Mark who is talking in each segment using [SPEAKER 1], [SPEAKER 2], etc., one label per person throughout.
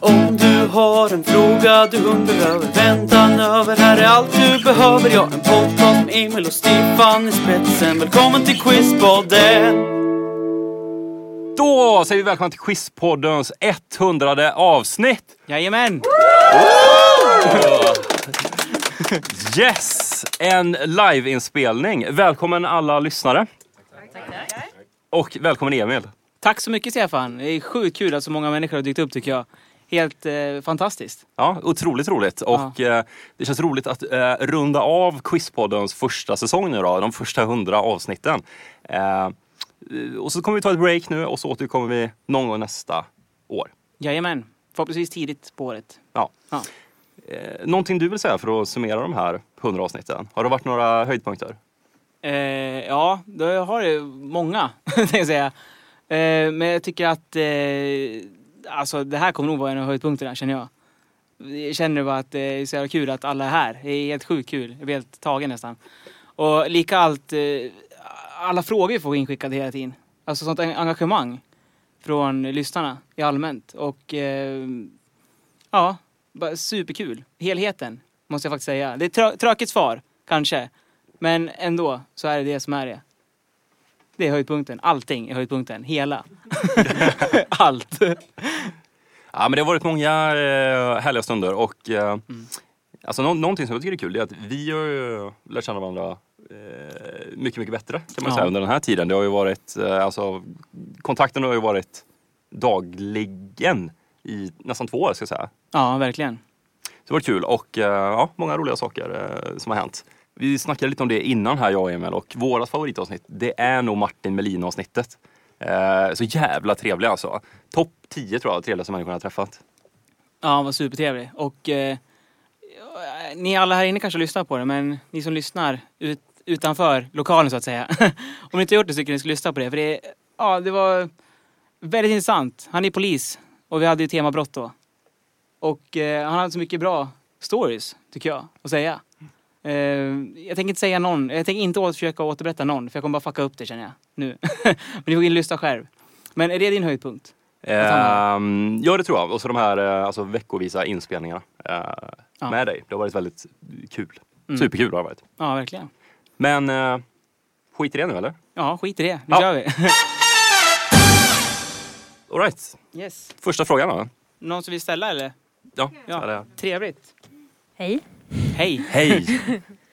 [SPEAKER 1] Om du har en fråga du undrar över, väntan över, här är allt du behöver. Jag en podcast med Emil och Stefan i spetsen. Välkommen till Quizpodden!
[SPEAKER 2] Då säger vi välkomna till Quizpoddens 100 avsnitt.
[SPEAKER 1] Jajamän!
[SPEAKER 2] Yes! En liveinspelning. Välkommen alla lyssnare. Och välkommen Emil.
[SPEAKER 1] Tack så mycket Stefan. Det är sjukt kul att så många människor har dykt upp tycker jag. Helt eh, fantastiskt.
[SPEAKER 2] Ja, otroligt roligt. Och eh, det känns roligt att eh, runda av Quizpoddens första säsong nu då. De första 100 avsnitten. Eh, och så kommer vi ta ett break nu och så återkommer vi någon gång nästa år.
[SPEAKER 1] Jajamän. Förhoppningsvis tidigt på året.
[SPEAKER 2] Ja.
[SPEAKER 1] Ja.
[SPEAKER 2] Eh, någonting du vill säga för att summera de här 100 avsnitten? Har det varit några höjdpunkter?
[SPEAKER 1] Eh, ja, då har det många, tänkte jag säga. Eh, men jag tycker att eh, alltså, det här kommer nog vara en av höjdpunkterna, känner jag. Jag känner bara att eh, det är så jävla kul att alla är här. Det är helt sjukt kul. Jag blir helt tagen nästan. Och lika allt, eh, alla frågor vi får inskickade hela tiden. Alltså sånt en- engagemang från lyssnarna i allmänt. Och eh, ja, bara superkul. Helheten, måste jag faktiskt säga. Det är trö- tråkigt svar, kanske. Men ändå så är det det som är det. Det är höjdpunkten. Allting är höjdpunkten. Hela. Allt.
[SPEAKER 2] Ja, men det har varit många eh, härliga stunder och eh,
[SPEAKER 1] Mm.
[SPEAKER 2] alltså, nå- någonting som jag tycker är kul är att vi har ju lärt känna varandra eh, mycket, mycket bättre kan man
[SPEAKER 1] Ja.
[SPEAKER 2] säga under den här tiden. Det har ju varit, eh, alltså kontakten har ju varit dagligen i nästan två år ska jag säga.
[SPEAKER 1] Ja, verkligen.
[SPEAKER 2] Så det har varit kul och eh, ja, många roliga saker eh, som har hänt. Vi snackade lite om det innan här jag och Emil och vårat favoritavsnitt det är nog Martin Melin avsnittet. Eh, så jävla trevlig alltså. Topp 10 tror jag trevligaste människorna jag har träffat.
[SPEAKER 1] Ja, han var supertrevlig. Och eh, ni alla här inne kanske lyssnar på det, men ni som lyssnar ut, utanför lokalen så att säga. Om ni inte gjort det så tycker jag ni ska lyssna på det. För det, ja, det var väldigt intressant. Han är polis och vi hade ju tema brott då. Och eh, han hade så mycket bra stories, tycker jag, att säga. Eh, jag tänker inte säga någon, jag tänker inte åt, försöka återberätta någon, för jag kommer bara fucka upp det känner jag nu. men ni får gå in och lyssna själv. Men är det din höjdpunkt?
[SPEAKER 2] Ehm, ja, det tror jag. Och så de här eh, alltså, veckovisa inspelningarna eh,
[SPEAKER 1] Ja. Mm.
[SPEAKER 2] med dig. Det har varit väldigt kul. Superkul har det varit.
[SPEAKER 1] Ja, verkligen.
[SPEAKER 2] Men eh, skit i det nu eller?
[SPEAKER 1] Ja, skit i det. Nu
[SPEAKER 2] Ja.
[SPEAKER 1] kör vi.
[SPEAKER 2] All right.
[SPEAKER 1] Yes.
[SPEAKER 2] Första frågan då.
[SPEAKER 1] Någon som vill ställa eller?
[SPEAKER 2] Ja.
[SPEAKER 1] Ja.
[SPEAKER 2] så är det.
[SPEAKER 1] Trevligt.
[SPEAKER 3] Hej.
[SPEAKER 1] Hej.
[SPEAKER 2] Hej!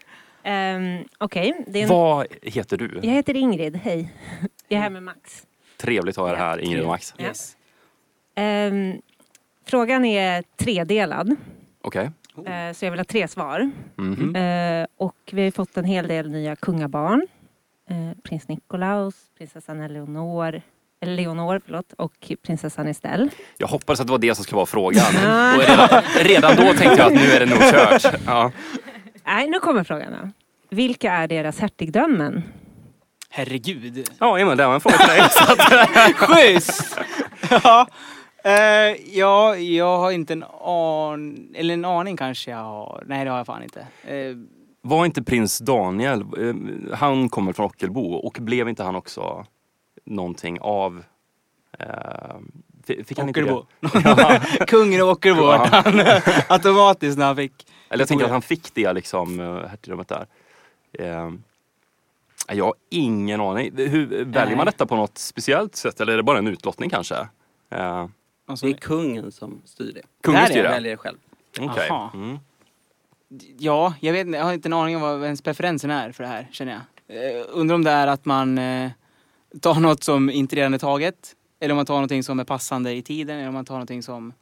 [SPEAKER 3] Ehm, Okej, det är en...
[SPEAKER 2] Vad heter du?
[SPEAKER 3] jag heter Ingrid. Hej. Jag är här med Max.
[SPEAKER 2] Trevligt att ha er här, Ingrid och Max.
[SPEAKER 1] Mm. Yes.
[SPEAKER 3] Ehm, frågan är tredelad,
[SPEAKER 2] Okej.
[SPEAKER 1] Oh.
[SPEAKER 3] eh, så jag vill ha tre svar.
[SPEAKER 2] Mhm.
[SPEAKER 3] Eh, och vi har ju fått en hel del nya kungabarn. Eh, prins Nikolaus, prinsessan Eleonor, Eleonor förlåt, och prinsessan Estelle.
[SPEAKER 2] Jag hoppades att det var det som skulle vara frågan. och redan, redan då tänkte jag att nu är det nog kört. Ja.
[SPEAKER 3] Nej, nu kommer frågan. Då. Vilka är deras hertigdömen?
[SPEAKER 1] Herregud.
[SPEAKER 2] Ja, Emil, det var en fråga till dig. Så att-
[SPEAKER 1] Schysst! ja. Eh, ja, jag har inte en aning. Eller en aning kanske jag har. Nej, det har jag fan inte. Eh,
[SPEAKER 2] Var inte prins Daniel, eh, han kommer från Ockelbo och blev inte han också någonting av... Eh, fi- fick han inte det?
[SPEAKER 1] Ockelbo. Kungen av Ockelbo vart
[SPEAKER 2] Ja.
[SPEAKER 1] han automatiskt när han fick.
[SPEAKER 2] Eller jag tänker att han fick det liksom, eh, hertigdömet där. Eh, Jag har ingen aning. Hur, väljer man detta på något speciellt sätt eller är det bara en utlottning kanske? Eh,
[SPEAKER 1] Alltså,
[SPEAKER 4] Det är kungen som styr det.
[SPEAKER 2] Kungen
[SPEAKER 1] Där är
[SPEAKER 2] styr
[SPEAKER 4] Jag
[SPEAKER 2] det?
[SPEAKER 4] väljer själv.
[SPEAKER 2] Okej.
[SPEAKER 1] Aha.
[SPEAKER 2] Mm.
[SPEAKER 1] Ja, jag, vet, inte- jag har inte en aning om vad ens preferensen är för det här, känner jag. Eh, undrar om det är att man eh, tar något som inte redan är taget, eller om man tar någonting som är passande i tiden, eller om man tar någonting som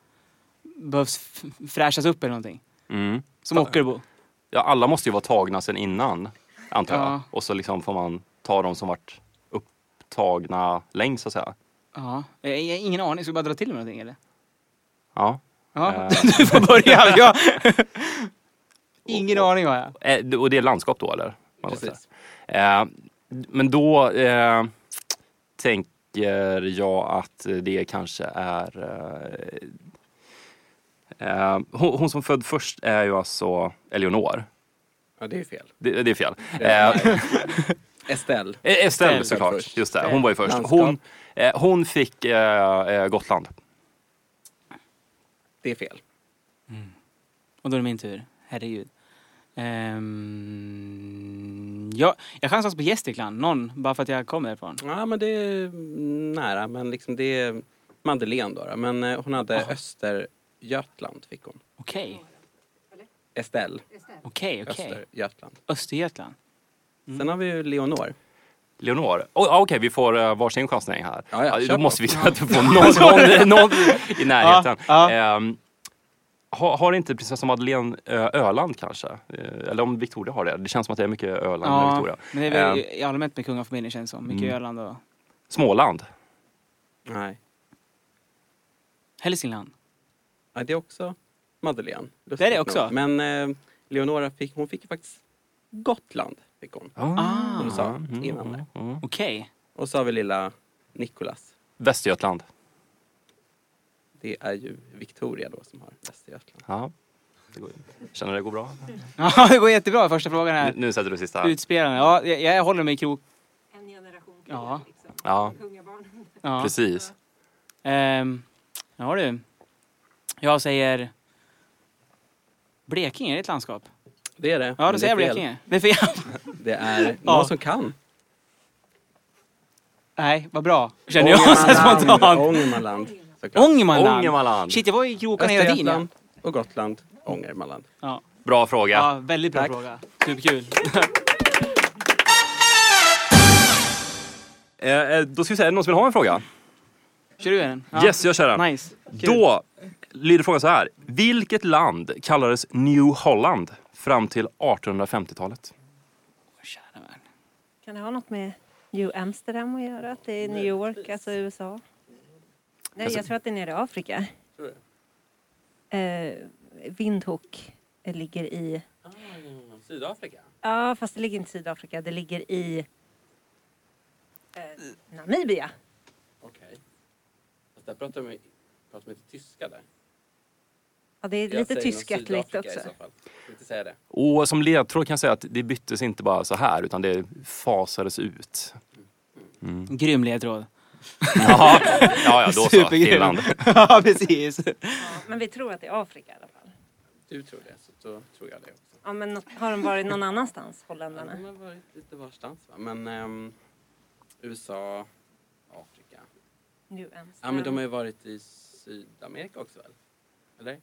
[SPEAKER 1] behövs f- fräschas upp eller någonting.
[SPEAKER 2] Mm.
[SPEAKER 1] Som Ockelbo.
[SPEAKER 2] Ja, alla måste ju vara tagna sen innan, antar jag.
[SPEAKER 1] Ja.
[SPEAKER 2] Och så liksom får man ta de som varit upptagna längst, så att säga.
[SPEAKER 1] Ja, Eh, jag har ingen aning. Ska vi bara dra till med någonting eller?
[SPEAKER 2] Ja.
[SPEAKER 1] Ja,
[SPEAKER 2] Eh.
[SPEAKER 1] du får börja. Ja. Ingen aning har jag.
[SPEAKER 2] Eh, d- Och det är landskap då, eller? Man måste
[SPEAKER 4] Precis.
[SPEAKER 2] säga. Eh, Men då eh, tänker jag att det kanske är... eh, eh, Hon, hon som född först är ju alltså Eleonor.
[SPEAKER 4] Ja, det är ju fel.
[SPEAKER 2] Det, det är fel.
[SPEAKER 4] Det är
[SPEAKER 2] Eh,
[SPEAKER 4] Estelle.
[SPEAKER 2] Eh, Estelle
[SPEAKER 1] Estelle
[SPEAKER 2] såklart,
[SPEAKER 4] var först.
[SPEAKER 2] just det. Hon var ju först.
[SPEAKER 4] Landskap.
[SPEAKER 2] Hon, eh, hon fick eh, eh, Gotland.
[SPEAKER 4] Det är fel.
[SPEAKER 1] Och då är det min tur. Herregud. Ehm, ja, jag chansar alltså på Gästrikland. Någon, bara för att jag kommer därifrån.
[SPEAKER 4] Ja, men det är nära. Men liksom det är Madeleine då. då. Men eh, hon hade Östergötland fick hon.
[SPEAKER 1] Okej,
[SPEAKER 4] Estelle.
[SPEAKER 1] okej, okej.
[SPEAKER 4] Östergötland.
[SPEAKER 1] Östergötland.
[SPEAKER 4] Sen har vi ju Leonor.
[SPEAKER 2] Leonor. Oh, Okej, vi får uh, varsin chansning här.
[SPEAKER 4] Ja, ja,
[SPEAKER 2] Ja,
[SPEAKER 4] kör
[SPEAKER 2] då
[SPEAKER 4] på.
[SPEAKER 2] måste vi se att du får någon, någon, någon i närheten.
[SPEAKER 1] Ja,
[SPEAKER 2] Ehm, har, har inte prinsessan Madeleine eh, Öland kanske? Eh, eller om Victoria har det. Det känns som att det är mycket Öland med Victoria.
[SPEAKER 1] men det är väl
[SPEAKER 2] Ehm,
[SPEAKER 1] i- allmänt med kungafamiljen känns det som. Mycket
[SPEAKER 2] Mm.
[SPEAKER 1] Öland och
[SPEAKER 2] Småland.
[SPEAKER 4] Nej.
[SPEAKER 1] Hälsingland.
[SPEAKER 4] Ja, det är också Madeleine. Lustigt
[SPEAKER 1] Det är det också.
[SPEAKER 4] nog. Men eh, Leonora fick, hon fick ju faktiskt Gotland. Fick hon.
[SPEAKER 1] Ah,
[SPEAKER 4] Hon sa
[SPEAKER 2] Mm,
[SPEAKER 4] innan det.
[SPEAKER 1] okej.
[SPEAKER 4] Och så har vi lilla Nicolas.
[SPEAKER 2] Västergötland.
[SPEAKER 4] Det är ju Victoria då som har Västergötland.
[SPEAKER 2] Ja. Det går, känner det går bra?
[SPEAKER 1] Ja, det går jättebra första frågan
[SPEAKER 2] Nu,
[SPEAKER 1] här.
[SPEAKER 2] nu sätter du sista.
[SPEAKER 1] Utspelande. Ja, jag, jag håller mig i krok.
[SPEAKER 3] En generation till
[SPEAKER 1] Ja,
[SPEAKER 2] Ja,
[SPEAKER 3] kungabarn.
[SPEAKER 1] ja.
[SPEAKER 2] precis.
[SPEAKER 1] Ehm, ja du. Jag säger Blekinge, är det ett landskap?
[SPEAKER 4] Det är det.
[SPEAKER 1] Ja,
[SPEAKER 4] men
[SPEAKER 1] då
[SPEAKER 4] det
[SPEAKER 1] säger jag
[SPEAKER 4] är fel.
[SPEAKER 1] Blekinge. Det är fel.
[SPEAKER 4] Det är
[SPEAKER 1] Ja.
[SPEAKER 4] någon som kan.
[SPEAKER 1] Nej, vad bra. Känner jag så här
[SPEAKER 4] Ångermanland.
[SPEAKER 1] spontant.
[SPEAKER 4] Ångermanland. såklart.
[SPEAKER 1] Ångermanland.
[SPEAKER 2] Ångermanland.
[SPEAKER 1] Shit, jag var i krokarna hela tiden. ja.
[SPEAKER 4] Östergötland och Gotland. Ångermanland.
[SPEAKER 1] Ja.
[SPEAKER 2] Bra fråga.
[SPEAKER 1] Ja, väldigt bra
[SPEAKER 4] Tack.
[SPEAKER 1] fråga. Superkul.
[SPEAKER 2] Eh, eh, då ska vi se, är det någon som vill ha en fråga?
[SPEAKER 1] Kör du den? Ja.
[SPEAKER 2] Yes, jag kör den.
[SPEAKER 1] Nice.
[SPEAKER 2] Då lyder frågan så här. Vilket land kallades New Holland fram till 1850-talet?
[SPEAKER 1] Kära värld.
[SPEAKER 3] Kan det ha något med New Amsterdam att göra? Att det är New York, alltså USA? Nej, jag tror att det är nere i Afrika. Eh, Windhoek ligger i...
[SPEAKER 4] Sydafrika.
[SPEAKER 3] Ja, fast det ligger inte i Sydafrika. Det ligger i... Eh, Namibia.
[SPEAKER 4] Okej. Fast där pratar de pratar inte tyska där.
[SPEAKER 3] Ja, det är lite tyskättligt också.
[SPEAKER 4] Inte säga det.
[SPEAKER 2] Och som ledtråd kan jag säga att det byttes inte bara så här utan det fasades ut. Mm.
[SPEAKER 1] Grym ledtråd.
[SPEAKER 2] Ja, ja, ja då så.
[SPEAKER 1] Supergrym.
[SPEAKER 2] Finland.
[SPEAKER 1] ja, precis.
[SPEAKER 3] Men vi tror att det är Afrika i alla fall.
[SPEAKER 4] Du tror det, så då tror jag det också.
[SPEAKER 3] Ja, men nå- har de varit någon annanstans, holländarna?
[SPEAKER 4] De har varit lite varstans va? Men ehm, USA, Afrika.
[SPEAKER 3] New
[SPEAKER 4] Ja
[SPEAKER 3] Amsterdam.
[SPEAKER 4] men de har ju varit i Sydamerika också väl? Eller?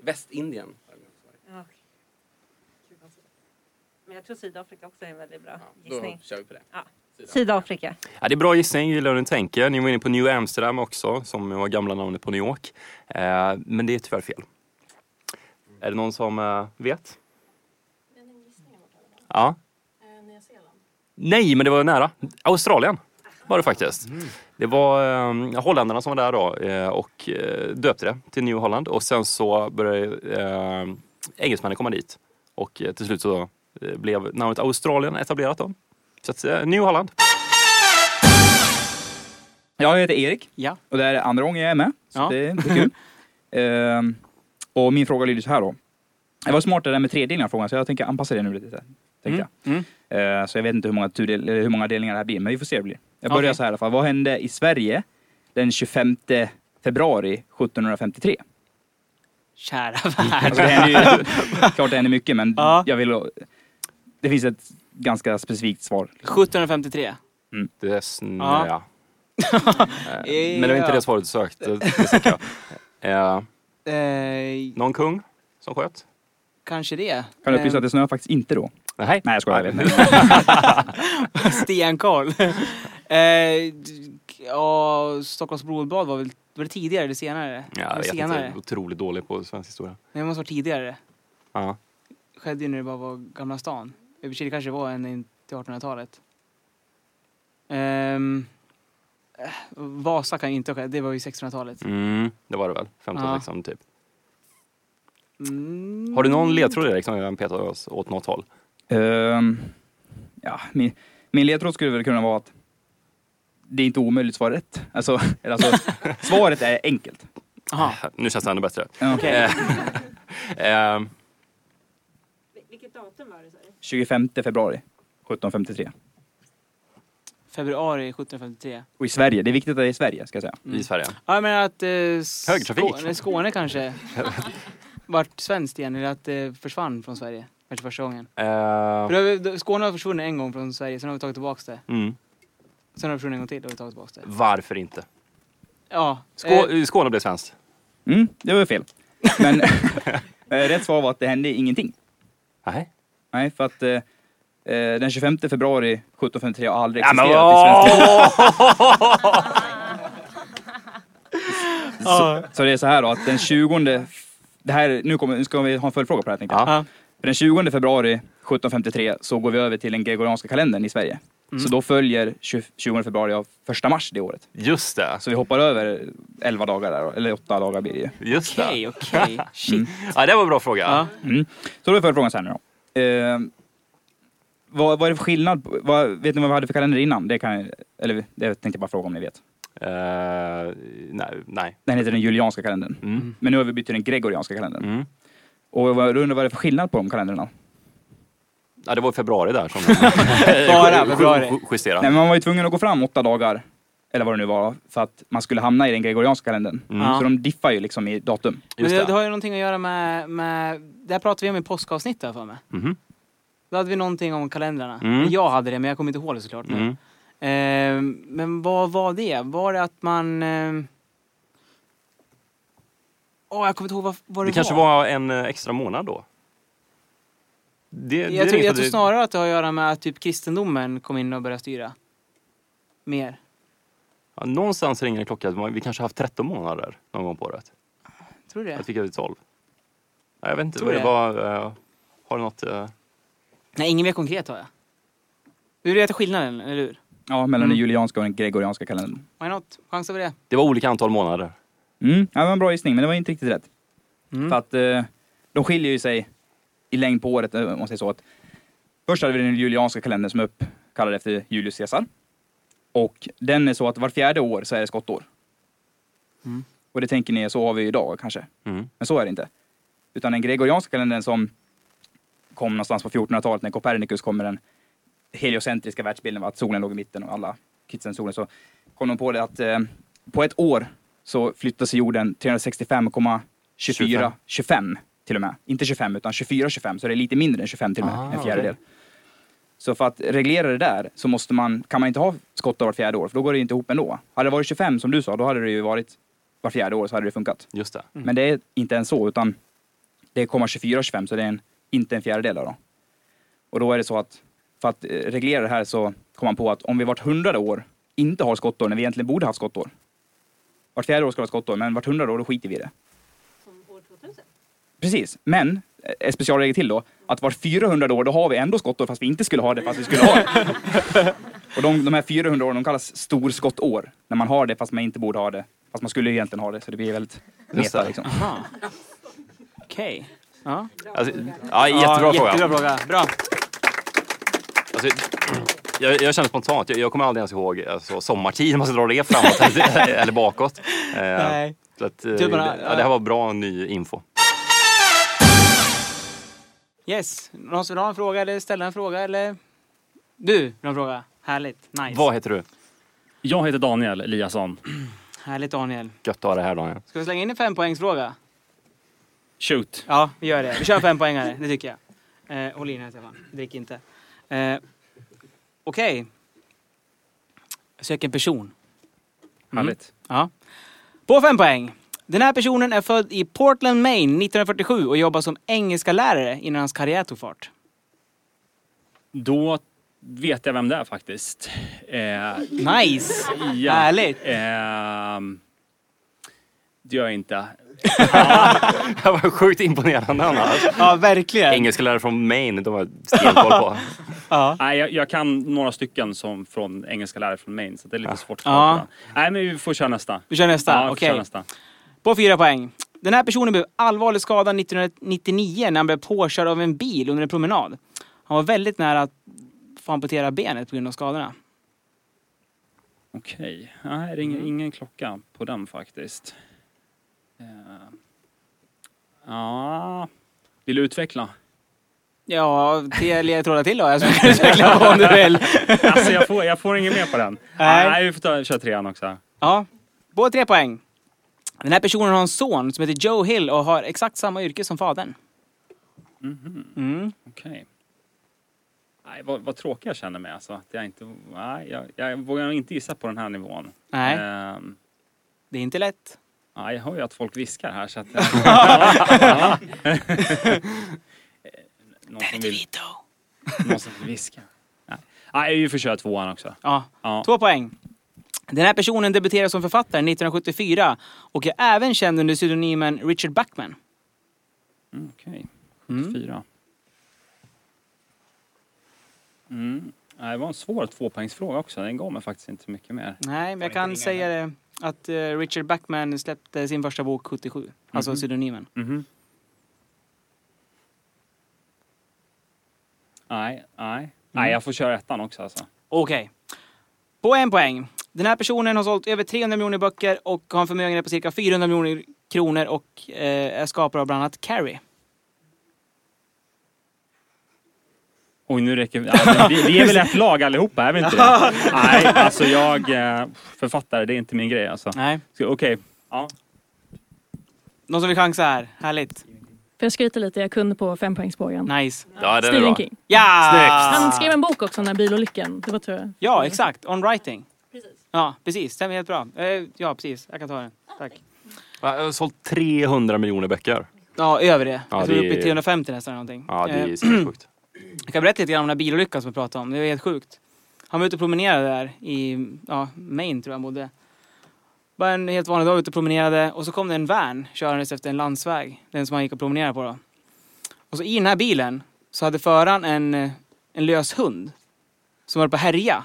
[SPEAKER 4] Västindien har de också varit.
[SPEAKER 3] Ja, okej. Gud, vad svårt. Men jag tror Sydafrika också är en väldigt bra
[SPEAKER 4] Ja,
[SPEAKER 3] gissning.
[SPEAKER 4] Då kör vi på det.
[SPEAKER 3] Ja. Sydafrika.
[SPEAKER 2] Ja, det är bra gissning, jag gillar hur ni tänker. Ni var inne på New Amsterdam också, som var gamla namnet på New York. Eh, men det är tyvärr fel. Är det någon som eh, vet? Ja. Nej, men det var nära. Australien var det faktiskt. Det var eh, holländarna som var där då eh, och eh, döpte det till New Holland. Och sen så började eh, engelsmännen komma dit. Och eh, till slut så eh, blev namnet Australien etablerat då. Så att, eh, New Holland.
[SPEAKER 5] Jag heter Erik
[SPEAKER 1] Ja.
[SPEAKER 5] och det här är andra gången jag är med. Så
[SPEAKER 1] Ja.
[SPEAKER 5] det är kul. Ehm, och min fråga lyder så här då. Jag var smart det där med tredelningar av frågan så jag tänker anpassa det nu lite. Tänkte
[SPEAKER 1] Mm.
[SPEAKER 5] jag. Ehm, så jag vet inte hur många, turdel, eller hur många delningar det här blir men vi får se hur det blir. Jag börjar
[SPEAKER 1] Okej.
[SPEAKER 5] så här i alla fall. Vad hände i Sverige den 25 februari 1753?
[SPEAKER 1] Kära värld.
[SPEAKER 5] Alltså det händer ju, klart det händer mycket men
[SPEAKER 1] Äh. Ja.
[SPEAKER 5] jag vill... Det finns ett ganska specifikt svar.
[SPEAKER 1] 1753.
[SPEAKER 2] Mm, Det är snö.
[SPEAKER 1] Ja.
[SPEAKER 2] Eh, Men det var inte det svaret du sökte. det söker jag. Eh,
[SPEAKER 1] Eh,
[SPEAKER 2] någon kung som sköt?
[SPEAKER 1] kanske det.
[SPEAKER 5] Kan du upplysa
[SPEAKER 1] Eh,
[SPEAKER 5] att det snöar faktiskt inte då?
[SPEAKER 2] Ehm. Nej.
[SPEAKER 5] Nej, jag skojar. Jag vet inte.
[SPEAKER 1] Stenkoll. eh, d- ja, Stockholms blodbad var väl var det tidigare eller senare?
[SPEAKER 2] Ja, jag
[SPEAKER 1] Eller
[SPEAKER 2] vet
[SPEAKER 1] senare.
[SPEAKER 2] inte. Otroligt dålig på svensk historia.
[SPEAKER 1] Nej, det måste vara tidigare.
[SPEAKER 2] Ja.
[SPEAKER 1] Skedde ju när det bara var Gamla stan. I och för sig det kanske var ända in till 1800-talet. Ehm, eh, Vasa kan inte ha skett, det var ju 1600-talet.
[SPEAKER 2] Mm, det var det väl. 15,
[SPEAKER 1] Ja.
[SPEAKER 2] 16 typ.
[SPEAKER 1] Mm.
[SPEAKER 2] Har du någon ledtråd Erik som kan peta oss åt något håll?
[SPEAKER 5] Ehm, ja, min, min ledtråd skulle väl kunna vara att det är inte omöjligt att svara rätt. Alltså, eller alltså, svaret är enkelt.
[SPEAKER 1] Aha.
[SPEAKER 2] Nu känns det ännu bättre.
[SPEAKER 5] Ja.
[SPEAKER 1] Okej.
[SPEAKER 2] Eh,
[SPEAKER 3] Vilket datum var det? sa du?
[SPEAKER 5] 25 februari 1753.
[SPEAKER 1] Februari 1753.
[SPEAKER 5] Och i Sverige, det är viktigt att det är i Sverige ska jag säga. Mm.
[SPEAKER 2] I Sverige.
[SPEAKER 1] Ja, jag menar att eh, Sk-
[SPEAKER 2] Högtrafik.
[SPEAKER 1] Skåne, Skåne kanske vart svenskt igen, eller att det försvann från Sverige. Kanske första gången.
[SPEAKER 2] Eh,
[SPEAKER 1] För då har vi, då- Skåne har försvunnit en gång från Sverige, sen har vi tagit tillbaks det.
[SPEAKER 2] mm.
[SPEAKER 1] Sen har det försvunnit en gång till, då har vi tagit tillbaks det.
[SPEAKER 2] Varför inte?
[SPEAKER 1] Ja.
[SPEAKER 2] Skå-
[SPEAKER 1] eh,
[SPEAKER 2] Skåne blev svenskt.
[SPEAKER 5] Mm, det var fel. Men eh, rätt svar var att det hände ingenting.
[SPEAKER 2] Nej.
[SPEAKER 5] Nej, för att eh, eh, den 25 februari 1753 har aldrig
[SPEAKER 2] Ja, men
[SPEAKER 5] existerat i svensk
[SPEAKER 1] ja.
[SPEAKER 5] Så det är så här då att den 20... Det här, nu, kommer, nu ska vi ha en följdfråga på det här tänkte jag.
[SPEAKER 2] Ja.
[SPEAKER 1] Ja.
[SPEAKER 5] För den 20 februari 1753 så går vi över till den gregorianska kalendern i Sverige.
[SPEAKER 1] Mm.
[SPEAKER 5] Så då följer 20, 20 februari av första mars det året.
[SPEAKER 2] Just det.
[SPEAKER 5] Så vi hoppar över 11 dagar där, då, eller 8 dagar blir det ju.
[SPEAKER 2] Just det.
[SPEAKER 1] Okej, okej. Shit.
[SPEAKER 2] Ja, det var en bra fråga.
[SPEAKER 1] Ja.
[SPEAKER 5] Mm. Så då är följdfrågan så här nu då. Ehm, vad, vad är det för skillnad? på- Vad, vet ni vad vi hade för kalender innan? Det, kan, eller, det tänkte jag bara fråga om ni vet.
[SPEAKER 2] Eh, nej. nej.
[SPEAKER 5] Den heter den julianska kalendern.
[SPEAKER 2] Mm.
[SPEAKER 5] Men nu har vi bytt till den gregorianska kalendern.
[SPEAKER 2] Mm.
[SPEAKER 5] Och vad, då undrar jag vad det är för skillnad på de kalendrarna?
[SPEAKER 2] Ja, det var i februari där som...
[SPEAKER 1] Bara februari.
[SPEAKER 2] Ju- ju- Justera.
[SPEAKER 5] Nej, men man var ju tvungen att gå fram åtta dagar, eller vad det nu var, för att man skulle hamna i den gregorianska kalendern.
[SPEAKER 1] Ja.
[SPEAKER 5] Så de diffar ju liksom i datum.
[SPEAKER 2] Mm.
[SPEAKER 1] Men
[SPEAKER 2] Just
[SPEAKER 1] det,
[SPEAKER 2] det.
[SPEAKER 1] det har ju någonting att göra med, med... Det här pratade vi om i påskavsnittet har jag för mig.
[SPEAKER 2] Mhm.
[SPEAKER 1] Då hade vi någonting om kalendrarna.
[SPEAKER 2] Mm.
[SPEAKER 1] Jag hade det, men jag kommer inte ihåg det såklart nu.
[SPEAKER 2] Mm.
[SPEAKER 1] Ehm, men vad var det? Var det att man... ehm, Åh, jag kommer inte ihåg vad, vad det,
[SPEAKER 2] Det kanske var en eh, extra månad då? Det, det
[SPEAKER 1] Jag, tror,
[SPEAKER 2] ringde
[SPEAKER 1] jag
[SPEAKER 2] det-
[SPEAKER 1] tror snarare att det har att göra med att typ kristendomen kom in och började styra. Mer.
[SPEAKER 2] Ja, någonstans ringer en klocka. Man- Vi kanske har haft 13 månader någon gång på året.
[SPEAKER 1] Tror du det?
[SPEAKER 2] Jag tycker det är 12. Ja, jag vet inte.
[SPEAKER 1] Tror
[SPEAKER 2] Vad det
[SPEAKER 1] det.
[SPEAKER 2] var, eh, har du något... eh,
[SPEAKER 1] Nej, inget mer konkret har jag. Du vet skillnaden, eller hur?
[SPEAKER 5] Ja, mellan den
[SPEAKER 1] Mm.
[SPEAKER 5] julianska och den gregorianska kalendern.
[SPEAKER 1] Why not? Chans över det.
[SPEAKER 2] det var olika antal månader.
[SPEAKER 5] Mm. Ja, det var en bra gissning, men det var inte riktigt rätt.
[SPEAKER 1] Mm.
[SPEAKER 5] För att eh, de skiljer ju sig i längd på året, eh, om man säger så. Att först hade vi den julianska kalendern som är uppkallad efter Julius Caesar. Och den är så att var fjärde år så är det skottår.
[SPEAKER 1] Mm.
[SPEAKER 5] Och det tänker ni, så har vi idag kanske.
[SPEAKER 2] Mm.
[SPEAKER 5] Men så är det inte. Utan den gregorianska kalendern som kom någonstans på 1400-talet när Copernicus kom med den heliocentriska världsbilden, att solen låg i mitten och alla kidsen solen, så kom de på det att eh, på ett år så flyttar sig jorden 365,2425 25 till och med. Inte 25 utan 24,25 så det är lite mindre än 25 till och med,
[SPEAKER 2] Ah,
[SPEAKER 5] en fjärdedel. Så för att reglera det där så måste man, kan man inte ha skottår vart fjärde år för då går det inte ihop ändå. Hade det varit 25 som du sa, då hade det ju varit vart fjärde år så hade det funkat. Mm.
[SPEAKER 2] Just det.
[SPEAKER 5] Men det är inte ens så, utan det är 0,2425 så det är en, inte en fjärdedel av dem. Och då är det så att för att eh, reglera det här så kom man på att om vi vart hundrade år inte har skottår när vi egentligen borde haft skottår. Vart fjärde år ska det vara skottår, men vart hundrade år då skiter vi i det.
[SPEAKER 3] Som år 2000?
[SPEAKER 5] Precis, men eh, en specialregel till då, att vart 400 år då har vi ändå skottår fast vi inte skulle ha det fast vi skulle ha det. Och de, de här 400 åren de kallas storskottår, när man har det fast man inte borde ha det. Fast man skulle ju egentligen ha det, så det blir väldigt
[SPEAKER 2] Just
[SPEAKER 5] meta
[SPEAKER 2] det.
[SPEAKER 5] liksom.
[SPEAKER 1] Aha. Okej. Ja.
[SPEAKER 2] Alltså, ja, jättebra
[SPEAKER 1] ja,
[SPEAKER 2] fråga.
[SPEAKER 1] Jättebra fråga. Bra.
[SPEAKER 2] Alltså, jag, jag känner spontant, jag, jag kommer aldrig ens ihåg alltså, sommartid, när man ska dra det framåt eller, eller bakåt. Eh,
[SPEAKER 1] Nej.
[SPEAKER 2] Så att, eh,
[SPEAKER 1] Typ bara,
[SPEAKER 2] det, ja, det här var bra ny info.
[SPEAKER 1] Yes. Någon som vill ha en fråga eller ställa en fråga eller? Du, någon fråga? Härligt. Nice.
[SPEAKER 2] Mm. Vad heter du?
[SPEAKER 6] Jag heter Daniel Eliasson.
[SPEAKER 1] Härligt Daniel.
[SPEAKER 2] Gött att ha dig här Daniel.
[SPEAKER 1] Ska vi slänga in en fempoängsfråga?
[SPEAKER 6] Shoot.
[SPEAKER 1] Ja, vi gör det. Vi kör en fempoängare, det tycker jag. Eh, håll i den här Stefan. Drick inte. Eh, Eh, Okej. Jag söker en person. Mm.
[SPEAKER 5] Härligt.
[SPEAKER 1] Ja. På fem poäng. Den här personen är född i Portland, Maine 1947 och jobbar som engelska lärare innan hans karriär tog fart.
[SPEAKER 6] Då vet jag vem det är faktiskt. Eh,
[SPEAKER 1] Nice!
[SPEAKER 6] ja.
[SPEAKER 1] Härligt.
[SPEAKER 6] Ehm, det gör jag inte.
[SPEAKER 2] Det var sjukt imponerande annars.
[SPEAKER 1] Ja, verkligen.
[SPEAKER 2] Engelska lärare från Maine, de har jag stenkoll på.
[SPEAKER 1] Ja.
[SPEAKER 6] Nej, jag, jag kan några stycken som från engelska lärare från Maine, så det är lite svårt att svara.
[SPEAKER 1] Ja.
[SPEAKER 6] Nej, men vi får köra nästa.
[SPEAKER 1] Vi kör nästa.
[SPEAKER 6] Ja, vi får
[SPEAKER 1] Okej.
[SPEAKER 6] köra nästa.
[SPEAKER 1] På fyra poäng. Den här personen blev allvarligt skadad 1999 när han blev påkörd av en bil under en promenad. Han var väldigt nära att få amputera benet på grund av skadorna.
[SPEAKER 6] Okej. Nej, det ringer
[SPEAKER 1] Mm.
[SPEAKER 6] ingen klocka på den faktiskt. Ehm, Ja, vill du utveckla?
[SPEAKER 1] Ja, tre ledtrådar till då. Jag skulle utveckla på om du vill.
[SPEAKER 6] Alltså jag får, jag får ingen mer på den.
[SPEAKER 1] Nej.
[SPEAKER 6] Nej, vi får ta, köra trean också.
[SPEAKER 1] Ja, på tre poäng. Den här personen har en son som heter Joe Hill och har exakt samma yrke som fadern. Mm.
[SPEAKER 6] Mm-hmm. Okej. Nej, vad, vad tråkig jag känner mig alltså. Att jag, inte, nej, jag, jag vågar nog inte gissa på den här nivån.
[SPEAKER 1] Nej,
[SPEAKER 6] Ehm,
[SPEAKER 1] det är inte lätt.
[SPEAKER 6] ja, jag hör ju att folk viskar här så att... ja, ja. Eh, någon, som vill,
[SPEAKER 1] Vito.
[SPEAKER 6] någon som vill viska. Nej. Nej, vi får köra tvåan också.
[SPEAKER 1] Ja,
[SPEAKER 6] Ja.
[SPEAKER 1] två poäng. Den här personen debuterade som författare 1974 och är även känd under pseudonymen Richard Backman.
[SPEAKER 6] Mm, Okej. Fyra. Mm. Nej, Det var en svår tvåpoängsfråga också. Den gav mig faktiskt inte mycket mer.
[SPEAKER 1] Nej, men jag kan säga det att eh, Richard Backman släppte sin första bok 77.
[SPEAKER 2] Mhm.
[SPEAKER 1] Alltså pseudonymen.
[SPEAKER 6] Mhm. Nej, nej. Nej, jag får köra ettan också alltså.
[SPEAKER 1] Okej. På en poäng. Den här personen har sålt över 300 miljoner böcker och har en förmögenhet på cirka 400 miljoner kronor och eh, är skapare av bland annat Carrie.
[SPEAKER 6] Oj, nu räcker vi. Ja, vi, vi är väl ett lag allihopa, är vi inte det? Nej, alltså jag... eh, Författare, det är inte min grej alltså.
[SPEAKER 1] Nej.
[SPEAKER 6] Ska- Okej. Ja.
[SPEAKER 1] Någon som vill chansa här? Härligt.
[SPEAKER 7] För jag skryter lite, jag kunde på fempoängsfrågan.
[SPEAKER 1] Nice.
[SPEAKER 2] Ja, den är
[SPEAKER 7] Stephen
[SPEAKER 2] bra.
[SPEAKER 7] King.
[SPEAKER 1] Ja!
[SPEAKER 7] Han skrev en bok också om den här bilolyckan. Det var tror jag.
[SPEAKER 1] Ah! Ja, exakt. On writing. Ja, precis. Stämmer helt bra. Eh, ja, precis. Jag kan ta den. Tack.
[SPEAKER 2] Ja, Jag har sålt 300 miljoner böcker.
[SPEAKER 1] Ja, över det.
[SPEAKER 2] Ja,
[SPEAKER 1] jag tror
[SPEAKER 2] det
[SPEAKER 1] det är uppe i
[SPEAKER 2] är-
[SPEAKER 1] 350 nästan eller någonting.
[SPEAKER 2] Ja, det
[SPEAKER 1] Eh,
[SPEAKER 2] är sinnessjukt.
[SPEAKER 1] Jag kan berätta lite grann om den här bilolyckan som jag pratade om. Det var helt sjukt. Han var ute och promenerade där i ja, Maine tror jag han bodde. Bara en helt vanlig dag ute och promenerade och så kom det en van körandes efter en landsväg. Den som han gick och promenerade på då. Och så i den här bilen så hade föraren en, eh, en lös hund som höll på att härja.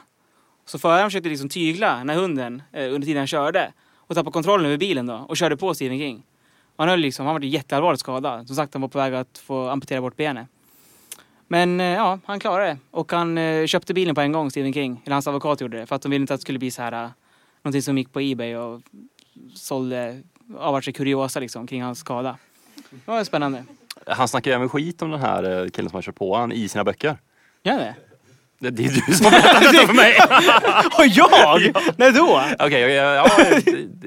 [SPEAKER 1] Så föraren försökte liksom tygla den här hunden eh, under tiden han körde och tappade kontrollen över bilen då och körde på Stephen King. Och han, höll liksom, han var jätteallvarligt skadad. Som sagt, han var på väg att få amputera bort benet. Men eh, ja, han klarade det. Och han eh, köpte bilen på en gång, Stephen King. Eller hans advokat gjorde det. För att de ville inte att det skulle bli så här... eh, Någonting som gick på Ebay och sålde... Avvart sig kuriosa liksom kring hans skada. Det var spännande.
[SPEAKER 2] Han snackar ju även skit om den här eh, killen som har kört på han i sina böcker.
[SPEAKER 1] Gör det?
[SPEAKER 2] Det det är du som har berättat detta för mig!
[SPEAKER 1] Har jag? När då?
[SPEAKER 2] Okej, ja, ja,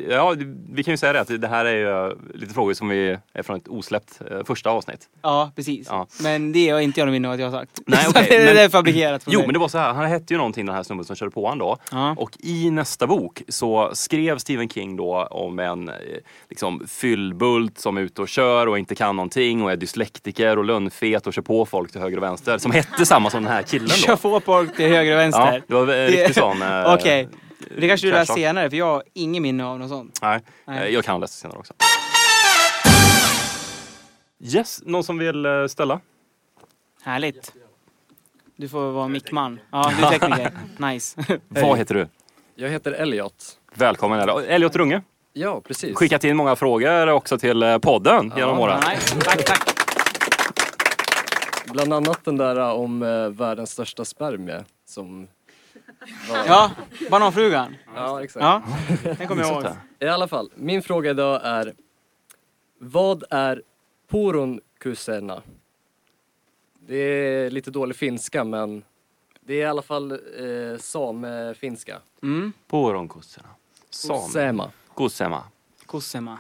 [SPEAKER 2] ja, ja, vi kan ju säga det att det här är ju eh, lite frågor som vi är från ett osläppt eh, första avsnitt.
[SPEAKER 1] Ja, precis.
[SPEAKER 2] Ja.
[SPEAKER 1] Men det är inte jag minne av att jag har sagt.
[SPEAKER 2] Nej,
[SPEAKER 1] Så
[SPEAKER 2] okej,
[SPEAKER 1] det,
[SPEAKER 2] men-
[SPEAKER 1] det är fabrikerat från
[SPEAKER 2] Jo,
[SPEAKER 1] dig.
[SPEAKER 2] men det var så här. Han hette ju någonting den här snubben som körde på han då.
[SPEAKER 1] Ja.
[SPEAKER 2] Och i nästa bok så skrev Stephen King då om en eh, liksom, fyllbult som är ute och kör och inte kan någonting och är dyslektiker och lönnfet och kör på folk till höger och vänster. Som hette samma som den här killen
[SPEAKER 1] Kör
[SPEAKER 2] då.
[SPEAKER 1] på folk till höger och
[SPEAKER 2] Ja,
[SPEAKER 1] vänster.
[SPEAKER 2] det var en riktig sån... eh,
[SPEAKER 1] Okej. Det kanske du lär
[SPEAKER 2] Crash-talk.
[SPEAKER 1] senare, för jag har ingen minne av något sånt.
[SPEAKER 2] Nej,
[SPEAKER 1] Nej.
[SPEAKER 2] eh, jag kan läsa senare också. Yes, någon som vill eh, ställa?
[SPEAKER 1] Härligt. Du får vara mickman. Ja, du är tekniker. Nice.
[SPEAKER 2] Vad heter du?
[SPEAKER 8] Jag heter Elliot.
[SPEAKER 2] Välkommen Elliot. Elliot Runge.
[SPEAKER 8] Ja, precis.
[SPEAKER 2] Skickat in många frågor också till eh, podden genom
[SPEAKER 8] Ja.
[SPEAKER 2] åren.
[SPEAKER 1] Nice. Tack, tack.
[SPEAKER 8] Bland annat den där eh, om eh, världens största spermie. Som...
[SPEAKER 1] Ja, bananfrugan.
[SPEAKER 8] Ja, exakt.
[SPEAKER 1] Ja, den kommer jag ihåg.
[SPEAKER 8] I alla fall, min fråga idag är Vad är poronkusena? Det är lite dålig finska men det är i alla fall eh, samefinska.
[SPEAKER 1] Mm.
[SPEAKER 2] Poronkossorna. Sam.
[SPEAKER 8] Säma.
[SPEAKER 2] Kossema.
[SPEAKER 1] Kossema.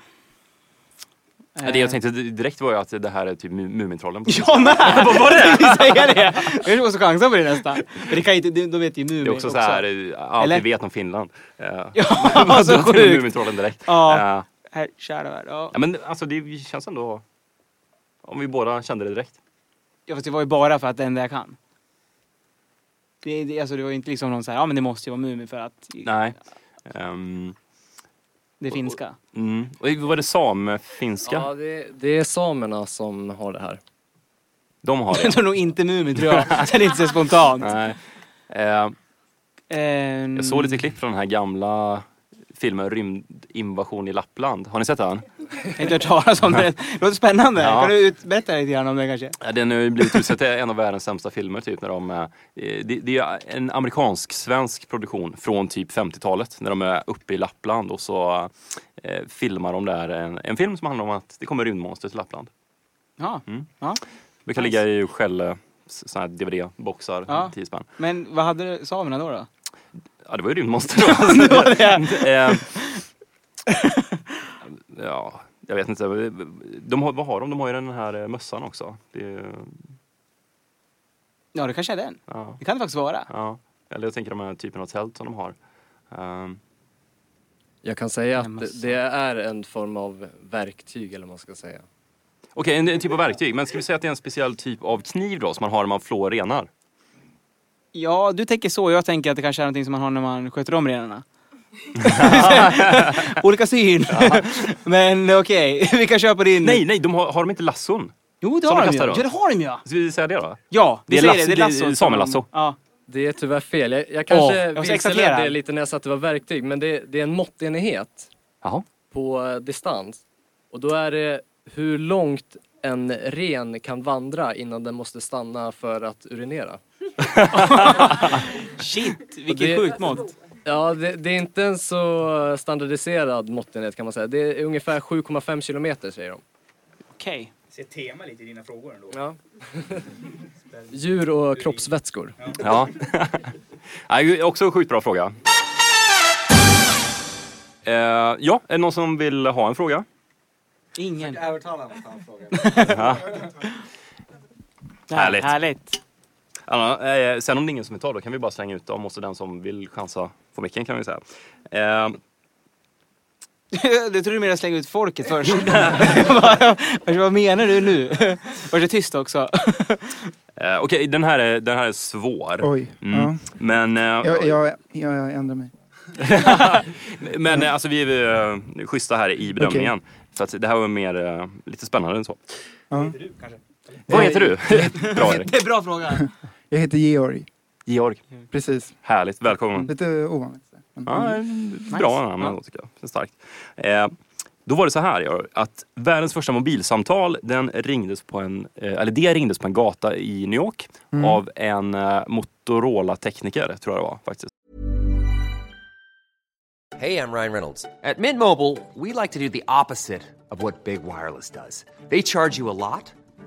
[SPEAKER 2] Det jag tänkte direkt var ju att det här är typ Mu- Mumintrollen. på
[SPEAKER 1] Jag med!
[SPEAKER 2] Vad var det?
[SPEAKER 1] Jag tänkte säga det! Jag måste chansa på det nästa. Men det kan ju inte, då vet ju Mumin
[SPEAKER 2] Det är också så här, eh, allt
[SPEAKER 1] Eller?
[SPEAKER 2] vi vet om Finland. Ja,
[SPEAKER 1] så sjukt.
[SPEAKER 2] Mumintrollen direkt.
[SPEAKER 1] Ja.
[SPEAKER 2] Eh,
[SPEAKER 1] Här, kära värld. Ja.
[SPEAKER 2] Ja, men alltså det känns ändå... Om vi båda kände det direkt.
[SPEAKER 1] Ja, fast det var ju bara för att det enda jag kan. Det, det, alltså, det var ju inte liksom någon så här, ja men det måste ju vara Mumin för att
[SPEAKER 2] Nej. Ehm,
[SPEAKER 1] det är finska.
[SPEAKER 2] mm. Och var det eh, samefinska?
[SPEAKER 8] Ja, det, det är samerna som har det här.
[SPEAKER 2] De har
[SPEAKER 1] Det
[SPEAKER 2] det.
[SPEAKER 1] är nog inte Mumin tror jag. Så det är inte så spontant.
[SPEAKER 2] Nej. Eh,
[SPEAKER 1] Ehm,
[SPEAKER 2] jag såg lite klipp från den här gamla filmen Rymdinvasion i Lappland. Har ni sett den?
[SPEAKER 1] Jag har inte hört talas om det. Det låter spännande.
[SPEAKER 2] Ja.
[SPEAKER 1] Kan du ut- berätta lite grann om det kanske?
[SPEAKER 2] Ja, Den har ju blivit utsedd till en av världens sämsta filmer typ. När de, eh, det, det är ju en amerikansk-svensk produktion från typ 50-talet när de är uppe i Lappland och så eh, filmar de där en, en film som handlar om att det kommer rymdmonster till Lappland.
[SPEAKER 1] Ja.
[SPEAKER 2] Mm.
[SPEAKER 1] ja.
[SPEAKER 2] Det kan ligga i Skälle, sådana här DVD-boxar,
[SPEAKER 1] Ja.
[SPEAKER 2] 10 spänn.
[SPEAKER 1] Men vad hade du- samerna då? då?
[SPEAKER 2] Ja, det var ju rymdmonster. då.
[SPEAKER 1] Det var det.
[SPEAKER 2] Eh, ja, jag vet inte. De har, vad har de? De har ju den här eh, mössan också. Det, är-
[SPEAKER 1] Ja, det kanske är den.
[SPEAKER 2] ja,
[SPEAKER 1] Det kan det faktiskt vara.
[SPEAKER 2] ja. Eller jag tänker de här typen av tält som de har. Ehm,
[SPEAKER 8] Jag kan säga
[SPEAKER 1] Nej,
[SPEAKER 8] att
[SPEAKER 1] men alltså.
[SPEAKER 8] det- det är en form av verktyg eller vad man ska säga.
[SPEAKER 2] Okej, en, en typ av verktyg. Men ska vi säga att det är en speciell typ av kniv då som man har när man flår renar?
[SPEAKER 1] Ja, du tänker så. Jag tänker att det kanske är någonting som man har när man sköter om renarna. Olika syn. Men okej, vi kan köra på din.
[SPEAKER 2] Nej, nej, de har, har de inte lasson?
[SPEAKER 1] Jo, det
[SPEAKER 2] Som
[SPEAKER 1] har
[SPEAKER 2] man
[SPEAKER 1] de ju.
[SPEAKER 2] kastar
[SPEAKER 1] Ja,
[SPEAKER 2] då?
[SPEAKER 1] det har de ju. ja.
[SPEAKER 2] Ska vi säga det då?
[SPEAKER 1] Ja, vi
[SPEAKER 2] Det är
[SPEAKER 1] säger
[SPEAKER 2] lasso-
[SPEAKER 1] det. Det
[SPEAKER 2] det är
[SPEAKER 1] är lasso.
[SPEAKER 2] samelasso.
[SPEAKER 1] Ja.
[SPEAKER 8] Det är tyvärr fel. Jag, jag kanske
[SPEAKER 1] jag måste
[SPEAKER 8] vilseledde
[SPEAKER 1] exaltera.
[SPEAKER 8] det lite när jag sa att det var verktyg, men det, det är en måttenhet
[SPEAKER 2] Jaha.
[SPEAKER 8] på eh, distans. Och då är det hur långt en ren kan vandra innan den måste stanna för att urinera.
[SPEAKER 1] Shit, vilket
[SPEAKER 8] det-
[SPEAKER 1] sjukt mått.
[SPEAKER 8] Ja, det, det är inte en så standardiserad måttenhet kan man säga. Det är ungefär 7,5 kilometer säger de.
[SPEAKER 1] Okej.
[SPEAKER 5] Se tema lite i dina frågor ändå.
[SPEAKER 8] Ja. Djur och kroppsvätskor.
[SPEAKER 2] Ja. Nej, också en sjukt bra fråga. Eh, ja, är det någon som vill ha en fråga?
[SPEAKER 1] Ingen.
[SPEAKER 2] Härligt.
[SPEAKER 1] Härligt.
[SPEAKER 2] Anna, eh, sen om det är ingen som vill ta då kan vi bara slänga ut dem och så den som vill chansa får micken kan vi säga. Eh,
[SPEAKER 1] Du tror du menar slänga ut folket först. Bara, Alltså, Vad menar du nu? Var så tyst också.
[SPEAKER 2] eh, Okej, den, här är- den här är svår.
[SPEAKER 9] Oj.
[SPEAKER 2] Mm.
[SPEAKER 9] Ja.
[SPEAKER 2] Men, eh,
[SPEAKER 9] Jag, jag, jag, jag ändrar mig.
[SPEAKER 2] men eh, alltså vi är eh, schyssta här i bedömningen. Så att det här var mer, eh, lite spännande än så.
[SPEAKER 9] Ja.
[SPEAKER 2] Vad heter du? bra Erik.
[SPEAKER 1] Det är bra fråga.
[SPEAKER 9] Jag heter Georg.
[SPEAKER 2] Georg.
[SPEAKER 9] Precis.
[SPEAKER 2] Härligt, välkommen.
[SPEAKER 9] Lite ovanligt. Men-
[SPEAKER 2] Ja, eh, bra namn ändå tycker jag. Starkt. Eh, då var det så här, Georg, att världens första mobilsamtal, den ringdes på en, eh, eller det ringdes på en gata i New York
[SPEAKER 9] Mm.
[SPEAKER 2] av en eh, Motorola-tekniker, tror jag det var faktiskt.
[SPEAKER 10] Hey, I'm Ryan Reynolds. At Mint Mobile, we like to do the opposite of what Big Wireless does. They charge you a lot,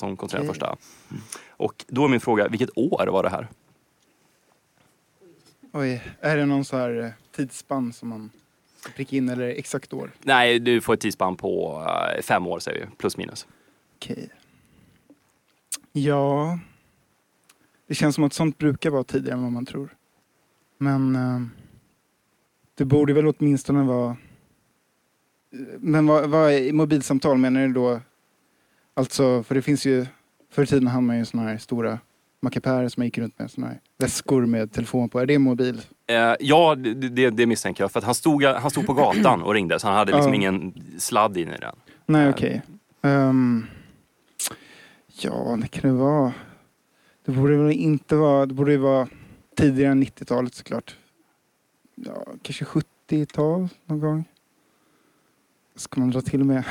[SPEAKER 2] som kom till den
[SPEAKER 9] Okej.
[SPEAKER 2] första. Och då är min fråga, vilket år var det här?
[SPEAKER 9] Oj, är det någon så här eh, tidsspann som man ska pricka in eller exakt år?
[SPEAKER 2] Nej, du får ett tidsspann på eh, fem år säger vi, plus minus.
[SPEAKER 9] Okej. Ja, det känns som att sånt brukar vara tidigare än vad man tror. Men eh, det borde väl åtminstone vara... eh, Men vad, vad är mobilsamtal menar du då? Alltså, för det finns ju... Förr i tiden hade man ju såna här stora mackapärer som man gick runt med, såna här väskor med telefon på. Är det mobil?
[SPEAKER 2] Eh, ja, det, det, det misstänker jag. För att han stod, han stod på gatan och ringde så han hade liksom
[SPEAKER 9] Ja.
[SPEAKER 2] ingen sladd in i den.
[SPEAKER 9] Nej, okej. Ehm, ja, det kan det vara. Det borde väl inte vara... Det borde ju vara tidigare än 90-talet såklart. Ja, kanske 70-tal någon gång. Ska man dra till med?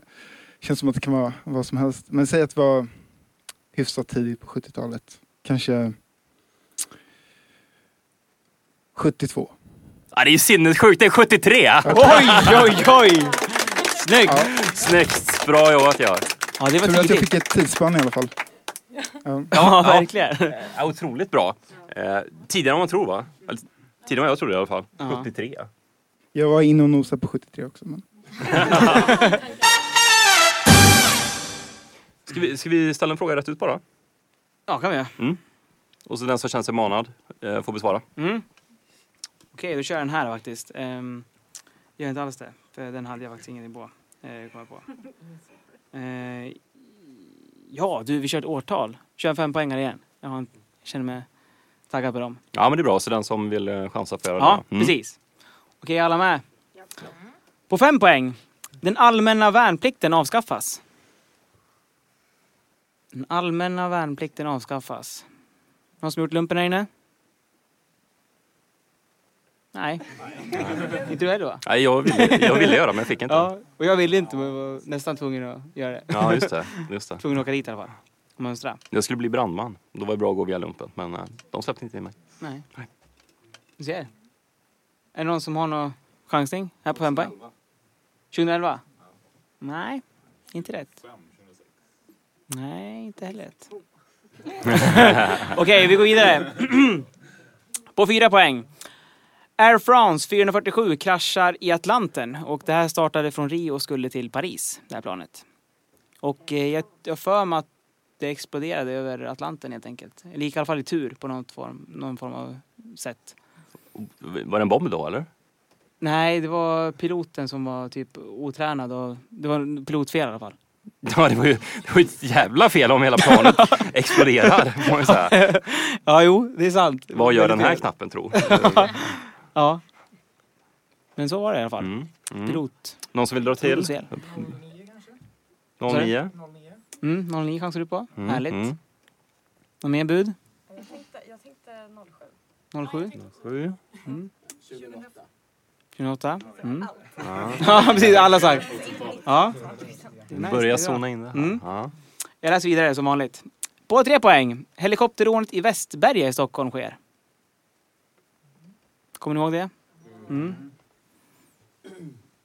[SPEAKER 9] Känns som att det kan vara vad som helst. Men säg att det var hyfsat tidigt på 70-talet. Kanske 72.
[SPEAKER 2] Ah, det är ju sinnessjukt, det är 73!
[SPEAKER 9] Oj,
[SPEAKER 1] oj, oj! Snyggt!
[SPEAKER 2] Snyggt! Bra jobbat jag.
[SPEAKER 1] Ja, det
[SPEAKER 9] Tur att jag fick ett tidsspann i alla fall. Ja.
[SPEAKER 2] Ja, verkligen. Ja, otroligt bra. Eh, tidigare än man tror va? Eller, tidigare än jag trodde i alla fall. 73.
[SPEAKER 9] Jag var inne och nosade på 73 också. Men...
[SPEAKER 2] Ska vi, ska vi ställa en fråga rätt ut bara?
[SPEAKER 1] Ja, kan vi göra.
[SPEAKER 2] Mm. Och så den som känner sig manad eh, får besvara.
[SPEAKER 1] Mm. Okej, då kör jag den här faktiskt. Um, gör inte alls det, för den hade jag faktiskt ingenting på. Uh, kom jag på. Eh, ja, du, vi kör ett årtal. Kör en fempoängare igen. Jag, har en, jag känner mig taggad på dem.
[SPEAKER 2] Ja men det är bra, så den som vill eh, chansa får göra
[SPEAKER 1] Ja,
[SPEAKER 2] det.
[SPEAKER 1] precis. Okej, är alla med? På fem poäng. Den allmänna värnplikten avskaffas. Den allmänna värnplikten avskaffas. Någon som gjort lumpen här inne? Nej. inte du heller va?
[SPEAKER 2] Nej, jag ville, jag ville göra men jag fick inte.
[SPEAKER 1] Ja, och jag ville inte men jag var nästan tvungen att göra det.
[SPEAKER 2] Ja, just det. Just det.
[SPEAKER 1] tvungen att åka dit i alla fall. Och mönstra.
[SPEAKER 2] Jag skulle bli brandman. Då var det bra att gå via lumpen. Men eh, de släppte inte in mig.
[SPEAKER 1] Nej. Du ser. Är det någon som har någon chansning här på fem poäng? 2011? Nej, inte rätt. Nej, inte heller rätt. Okej, vi går vidare. på fyra poäng. Air France 447 kraschar i Atlanten och det här startade från Rio och skulle till Paris, det här planet. Och eh, jag jag har för mig att det exploderade över Atlanten helt enkelt. Eller gick i alla fall i tur på någon form, någon form av sätt.
[SPEAKER 2] Var det en bomb då eller?
[SPEAKER 1] Nej, det var piloten som var typ otränad och det var pilotfel i alla fall.
[SPEAKER 2] Ja, det var ju, det var ju ett jävla fel om hela planet exploderar. får man ju säga.
[SPEAKER 1] Ja, jo, det är sant.
[SPEAKER 2] Vad gör den här
[SPEAKER 1] Väldigt fel.
[SPEAKER 2] knappen tro?
[SPEAKER 1] ja. Men så var det i alla fall. Pilot.
[SPEAKER 2] Någon som vill Mm, dra till?
[SPEAKER 1] Pilotfel.
[SPEAKER 2] 09?
[SPEAKER 1] Mm, 09 chansar du på.
[SPEAKER 2] Mm,
[SPEAKER 1] Härligt.
[SPEAKER 2] mm.
[SPEAKER 1] Någon mer bud?
[SPEAKER 11] Jag tänkte 07.
[SPEAKER 1] 07?
[SPEAKER 2] 7?
[SPEAKER 1] Mm. 2008? Mm.
[SPEAKER 2] Ja.
[SPEAKER 1] Ja, precis. Alla har sagt. Ja.
[SPEAKER 2] Nice, Börja
[SPEAKER 1] det är bra.
[SPEAKER 2] zona in det. här.
[SPEAKER 1] Mm.
[SPEAKER 2] Ja.
[SPEAKER 1] Jag läser vidare som vanligt. På tre poäng. Helikopterrånet i Västberga i Stockholm sker. Kommer ni ihåg det? Mm.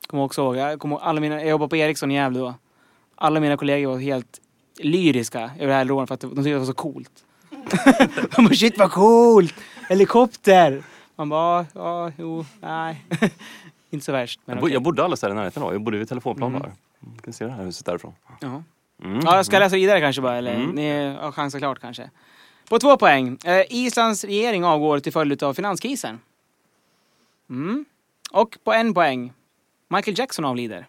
[SPEAKER 1] Kommer också ihåg. Jag, kommer ihåg alla mina, jag jobbade på Ericsson i Gävle då. Alla mina kollegor var helt lyriska över det här rånet för att de tyckte att det var så coolt. de bara shit vad coolt! Helikopter! Man bara ja, jo, nej. Inte så värst. Men
[SPEAKER 2] Jag, bo,
[SPEAKER 1] okej.
[SPEAKER 2] jag bodde alldeles där i närheten då. Jag bodde vid Telefonplan där. Du kan se det här huset därifrån.
[SPEAKER 1] Ja.
[SPEAKER 2] Mm.
[SPEAKER 1] Mm. Ja, jag ska läsa vidare kanske bara, eller
[SPEAKER 2] Mm.
[SPEAKER 1] ni har chansen klart kanske. På två poäng. Eh, Islands regering avgår till följd av finanskrisen. Mm. Och på en poäng. Michael Jackson avlider.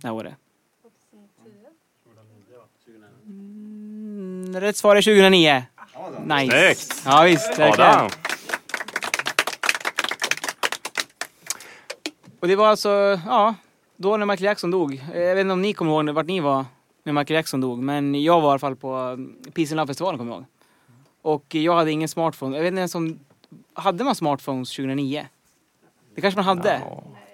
[SPEAKER 1] Det här året. Mm, Rätt svar är 2009. Nice.
[SPEAKER 2] Snyggt.
[SPEAKER 1] Ja, visst,
[SPEAKER 2] Adam.
[SPEAKER 1] verkligen. Och det var alltså, ja, då när Michael Jackson dog. Eh, Jag vet inte om ni kommer ihåg när- vart ni var när Michael Jackson dog, men jag var i alla fall på eh, Peace and Love-festivalen, kommer jag ihåg. Och jag hade ingen smartphone. Jag vet inte ens om... Hade man smartphones 2009? Det kanske man hade.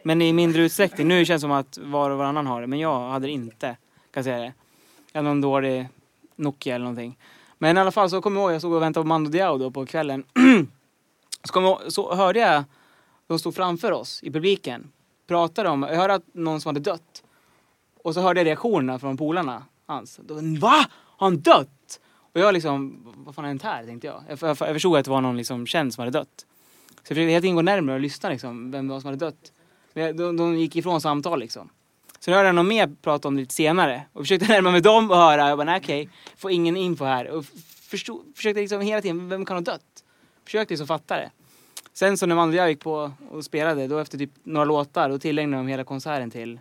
[SPEAKER 1] Men i mindre utsträckning. Nu känns det som att var och varannan har det, men jag hade det inte. Kan jag säga det. Jag hade någon dålig Nokia eller någonting. Men i alla fall så kommer jag ihåg, jag stod och väntade på Mando Diao då på kvällen. så, kom jag, ihåg- så hörde jag de stod framför oss i publiken. Pratade om, jag hörde att någon som hade dött. Och så hörde jag reaktionerna från polarna. hans. Då, Va? Har han dött? Och jag liksom, vad fan har hänt här? Tänkte jag. Jag, jag, jag förstod att det var någon liksom känd som hade dött. Så jag försökte hela tiden gå närmare och lyssna liksom, vem det var som hade dött. Men jag, de, de gick ifrån samtal liksom. Så nu hörde jag någon mer prata om det lite senare. Och försökte närma mig dem och höra. Jag bara, nej okej, får ingen info här. Och förstod, försökte liksom hela tiden, vem kan ha dött? Försökte liksom fatta det. Sen så när Mandel jag gick på och spelade, då efter typ några låtar, då tillägnade de hela konserten till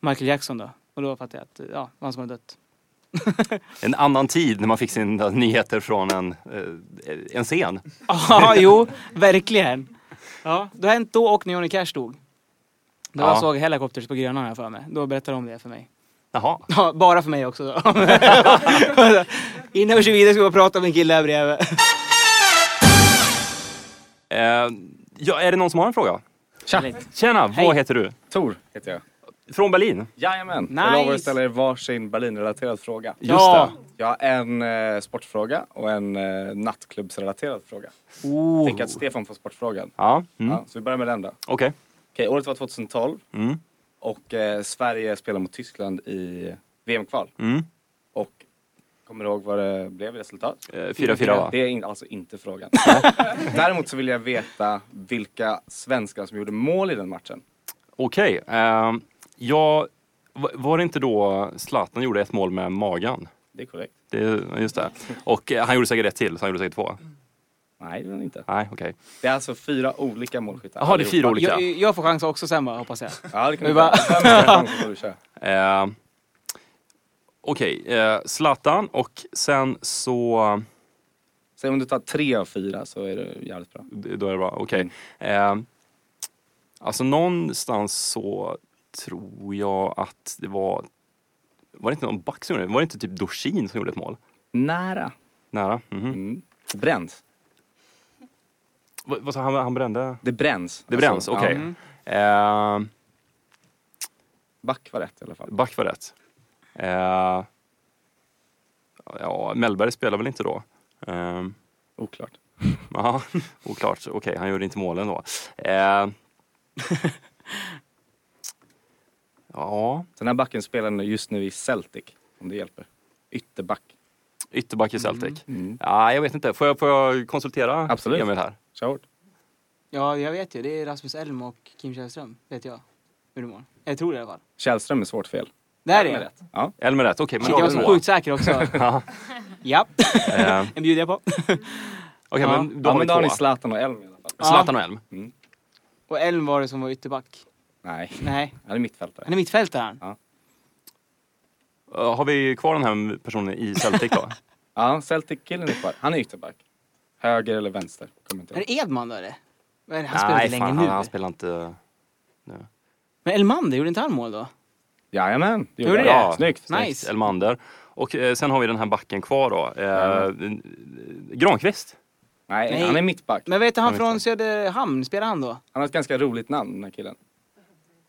[SPEAKER 1] Michael Jackson då. Och då fattade jag att, ja, det var han som hade dött.
[SPEAKER 2] En annan tid när man fick sina nyheter från en, eh, en scen.
[SPEAKER 1] Ja, jo, verkligen. Ja, det har hänt då och när Johnny Cash dog. Då
[SPEAKER 2] Ja.
[SPEAKER 1] jag såg Helicopters på Grönan har jag för mig. Då berättade de det för mig.
[SPEAKER 2] Jaha.
[SPEAKER 1] Ja, bara för mig också då. Innan vi kör vidare ska vi bara prata med en kille här bredvid.
[SPEAKER 2] Eh, ja, är det någon som har en fråga? Tja. Tjena, vad heter du?
[SPEAKER 12] Tor heter jag.
[SPEAKER 2] Från Berlin?
[SPEAKER 12] Jajamän.
[SPEAKER 2] Nice.
[SPEAKER 12] Jag lovar att ställa er varsin Berlinrelaterad fråga.
[SPEAKER 2] Just Ja.
[SPEAKER 12] det. Jag har en eh, sportfråga och en eh, nattklubbsrelaterad fråga.
[SPEAKER 2] Oh.
[SPEAKER 12] Tänk att Stefan får sportfrågan.
[SPEAKER 2] Ja. Mm.
[SPEAKER 12] Ja, så vi börjar med den då. Okej.
[SPEAKER 2] Okej.
[SPEAKER 12] året var 2012
[SPEAKER 2] Mm.
[SPEAKER 12] och eh, Sverige spelade mot Tyskland i VM-kval.
[SPEAKER 2] Mm.
[SPEAKER 12] Och kommer du ihåg vad det blev i resultat?
[SPEAKER 2] Eh, 4-4, va?
[SPEAKER 12] Det är in, alltså inte frågan. Däremot så vill jag veta vilka svenskar som gjorde mål i den matchen.
[SPEAKER 2] Okej. ehm, ja, va- var det inte då Zlatan gjorde ett mål med magen?
[SPEAKER 12] Det är korrekt.
[SPEAKER 2] Det, är- just det. Och eh, han gjorde säkert ett till, så han gjorde säkert två.
[SPEAKER 12] Nej, det var det inte.
[SPEAKER 2] Nej, okej.
[SPEAKER 12] Det är alltså fyra olika målskyttar.
[SPEAKER 2] Jaha, det är fyra olika.
[SPEAKER 1] Jag, jag får chans också sen bara, hoppas jag.
[SPEAKER 12] Ja, det kan
[SPEAKER 1] Vi
[SPEAKER 12] vi
[SPEAKER 1] bara-
[SPEAKER 12] bara...
[SPEAKER 2] Eh, Okej, eh, Zlatan och sen så...
[SPEAKER 12] Säg om du tar tre av fyra så är det jävligt bra. Mm.
[SPEAKER 2] Då är det bra, okej. Eh, alltså någonstans så tror jag att det var... Var det inte någon back som gjorde det? Var det inte typ Dorsin som gjorde ett mål?
[SPEAKER 12] Nära. Mm.
[SPEAKER 2] Nära. mhm.
[SPEAKER 12] Bränt.
[SPEAKER 2] Vad, vad sa han, han brände?
[SPEAKER 12] Det bränns.
[SPEAKER 2] Det bränns,
[SPEAKER 12] Alltså,
[SPEAKER 2] okej.
[SPEAKER 12] ja. Mm.
[SPEAKER 2] Ehm,
[SPEAKER 12] Back var rätt i alla fall.
[SPEAKER 2] Back var rätt. Eh, ja, Mellberg spelar väl inte då? Ehm,
[SPEAKER 12] Oklart.
[SPEAKER 2] Ja, oklart. Okej, han gjorde inte målen då. Eh, ja.
[SPEAKER 12] Den här backen spelar nu- just nu i Celtic, om det hjälper. Ytterback.
[SPEAKER 2] Ytterback i Celtic. Ja, jag vet inte. Får jag, får jag konsultera
[SPEAKER 12] Mm, Absolut.
[SPEAKER 2] Emil här?
[SPEAKER 12] Kör hårt.
[SPEAKER 1] Ja, jag vet ju. Det är Rasmus Elm och Kim Källström, vet jag. Hur det mår. Jag tror det i alla fall.
[SPEAKER 12] Källström är svårt fel.
[SPEAKER 1] Där är det.
[SPEAKER 12] Ja.
[SPEAKER 2] Elm är rätt, okej.
[SPEAKER 1] Shit, jag var så sjukt säker också.
[SPEAKER 2] Ja.
[SPEAKER 1] Japp.
[SPEAKER 2] Eh.
[SPEAKER 1] En bjuder jag på.
[SPEAKER 2] Okej,
[SPEAKER 1] Ja.
[SPEAKER 2] men då har vi
[SPEAKER 12] har ni
[SPEAKER 2] två.
[SPEAKER 12] Zlatan och Elm i alla fall. Mm.
[SPEAKER 1] Ja. Zlatan
[SPEAKER 2] och Elm?
[SPEAKER 1] Och Elm var det som var ytterback.
[SPEAKER 12] Nej.
[SPEAKER 1] Nej.
[SPEAKER 12] Han är mittfältare.
[SPEAKER 1] Han är mittfältare han.
[SPEAKER 2] Eh, Har vi kvar den här personen i Celtic då?
[SPEAKER 12] Ja, Celtic-killen är kvar. Han är ytterback. Höger eller vänster? Kommer inte
[SPEAKER 1] Är
[SPEAKER 12] ihåg.
[SPEAKER 1] det Edman då eller? Men han spelar
[SPEAKER 2] Nej,
[SPEAKER 1] inte länge
[SPEAKER 2] fan,
[SPEAKER 1] nu.
[SPEAKER 2] Han, han spelar inte... Nu.
[SPEAKER 1] Men Elmander, gjorde inte han mål då?
[SPEAKER 12] Jajamän,
[SPEAKER 1] det gjorde Gjorde han. det?
[SPEAKER 2] Ja,
[SPEAKER 1] Snyggt.
[SPEAKER 2] snyggt.
[SPEAKER 1] Nice.
[SPEAKER 2] Elmander. Och eh, sen har vi den här backen kvar då. Eh, Granqvist?
[SPEAKER 12] Nej,
[SPEAKER 1] Nej.
[SPEAKER 12] han är mittback.
[SPEAKER 1] Men vet du han
[SPEAKER 2] Ja,
[SPEAKER 1] från Söderhamn, spelar han då?
[SPEAKER 12] Han har ett ganska roligt namn, den här killen.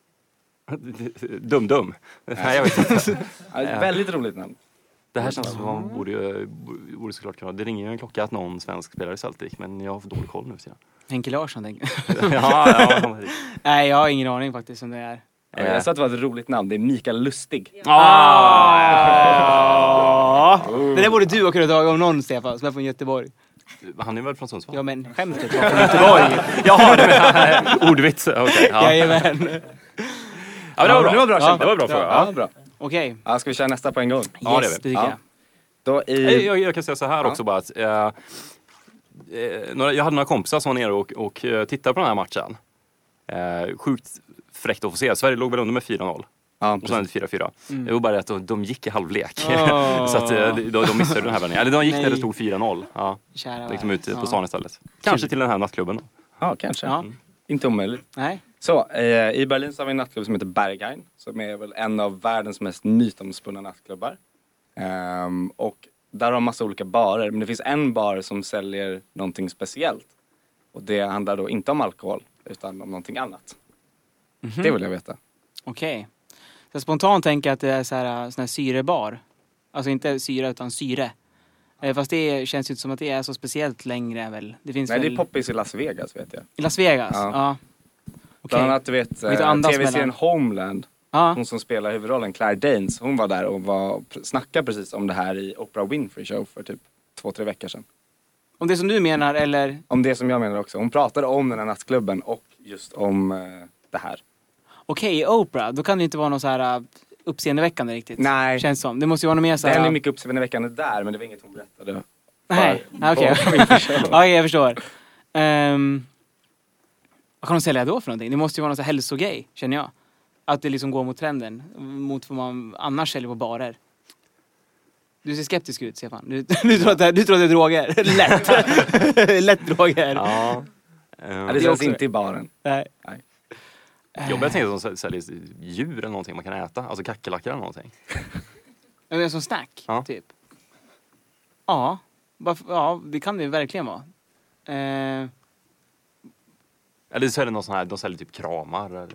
[SPEAKER 2] Dum-Dum? Nej, jag vet inte.
[SPEAKER 12] Ja, ett väldigt roligt namn.
[SPEAKER 2] Det här känns som att man borde, ju- borde såklart kunna... Det ringer ju en klocka att någon svensk spelar i Celtic, men jag har för dålig koll nu för tiden.
[SPEAKER 1] Henke Larsson tänker
[SPEAKER 2] Ja, ja, ja.
[SPEAKER 1] Nej, jag har ingen aning faktiskt om det är.
[SPEAKER 12] Ja,
[SPEAKER 2] Eh.
[SPEAKER 12] Jag sa att det var ett roligt namn. Det är Mikael Lustig. Ah,
[SPEAKER 1] Ah! Det där borde du ha kunnat ta om någon Stefan, som är från Göteborg.
[SPEAKER 2] Han är väl från Sundsvall?
[SPEAKER 1] Ja men skämtet var från Göteborg.
[SPEAKER 2] Jaha, du menar ordvits? Okej. ja.
[SPEAKER 1] Jajamän.
[SPEAKER 2] Ja, men det var bra.
[SPEAKER 12] Det var bra,
[SPEAKER 2] Ja,
[SPEAKER 12] kämpat.
[SPEAKER 2] det var bra fråga.
[SPEAKER 12] Ja, bra.
[SPEAKER 1] Okej.
[SPEAKER 12] Ja, ska vi köra nästa på en gång?
[SPEAKER 2] Ja, det är vi.
[SPEAKER 12] Då i...
[SPEAKER 2] Nej, Jag, jag kan säga så här också bara att eh, eh, några, jag hade några kompisar som var nere och, och eh, tittade på den här matchen. Eh, sjukt fräckt att få se. Sverige låg väl under med 4-0. och sen 4-4.
[SPEAKER 6] Mm.
[SPEAKER 2] Det var bara att de, de gick i halvlek.
[SPEAKER 6] Åh.
[SPEAKER 2] så att eh, de, de missade den här vändningen. Eller de gick när det
[SPEAKER 1] Nej.
[SPEAKER 2] stod 4-0. Ja.
[SPEAKER 1] Kära
[SPEAKER 2] Gick de
[SPEAKER 1] värld.
[SPEAKER 2] ut
[SPEAKER 1] Ja.
[SPEAKER 2] på stan istället. Kanske till den här nattklubben. då.
[SPEAKER 12] Ja, kanske.
[SPEAKER 1] Ja.
[SPEAKER 12] Inte omöjligt.
[SPEAKER 1] Mm. Nej.
[SPEAKER 12] Så, eh, i Berlin så har vi en nattklubb som heter Berghain. Som är väl en av världens mest mytomspunna nattklubbar. Ehm, och där har de massa olika barer. Men det finns en bar som säljer någonting speciellt. Och det handlar då inte om alkohol, utan om någonting annat.
[SPEAKER 1] Mhm.
[SPEAKER 12] Det vill jag veta.
[SPEAKER 1] Okej. Så spontant tänker jag att det är så här, äh, sån här syrebar. Alltså inte syra utan syre. Eh, Fast det känns ju inte som att det är så speciellt längre väl. Det finns
[SPEAKER 12] Nej,
[SPEAKER 1] väl...
[SPEAKER 12] det är poppis i Las Vegas vet jag.
[SPEAKER 1] I Las Vegas?
[SPEAKER 12] Ja.
[SPEAKER 1] Ja. Okej.
[SPEAKER 12] Bland annat du vet eh,
[SPEAKER 1] Man kan inte andas
[SPEAKER 12] tv-serien
[SPEAKER 1] mellan.
[SPEAKER 12] Homeland. Hon som spelar huvudrollen, Claire Danes, hon var där och var, snackade precis om det här i Oprah Winfrey show för typ två, tre veckor sedan.
[SPEAKER 1] Om det som du menar eller?
[SPEAKER 12] Om det som jag menar också. Hon pratade om den här nattklubben och just om eh, det här.
[SPEAKER 1] Okej, i Oprah, då kan det ju inte vara något så här uh, uppseendeväckande riktigt.
[SPEAKER 12] Nej.
[SPEAKER 1] Känns som. Det måste ju vara något mer så
[SPEAKER 12] Det
[SPEAKER 1] här...
[SPEAKER 12] hände mycket uppseendeväckande där men det var inget hon berättade.
[SPEAKER 1] Nej,
[SPEAKER 12] Bara-
[SPEAKER 1] nej, okej.
[SPEAKER 12] bara min försörjning.
[SPEAKER 1] ja, jag förstår. Ehm, vad kan de sälja då för någonting? Det måste ju vara någon sån här hälsogrej, känner jag. Att det liksom går mot trenden, mot vad man annars säljer på barer. Du ser skeptisk ut, Stefan. Du, du, tror, att det, du tror att det är droger. Lätt. Lätt droger.
[SPEAKER 2] Ja. Eh,
[SPEAKER 12] Ja, det känns inte i baren.
[SPEAKER 1] Nej.
[SPEAKER 2] Jag börjar tänka att de säljer djur eller någonting man kan äta. Alltså kackerlackor eller någonting.
[SPEAKER 1] Ja, men Som snack,
[SPEAKER 2] Ja.
[SPEAKER 1] typ. Ja, varför, ja, det kan det ju verkligen vara. Eh,
[SPEAKER 2] Eller så är det någon sån här, de säljer typ kramar. Eller...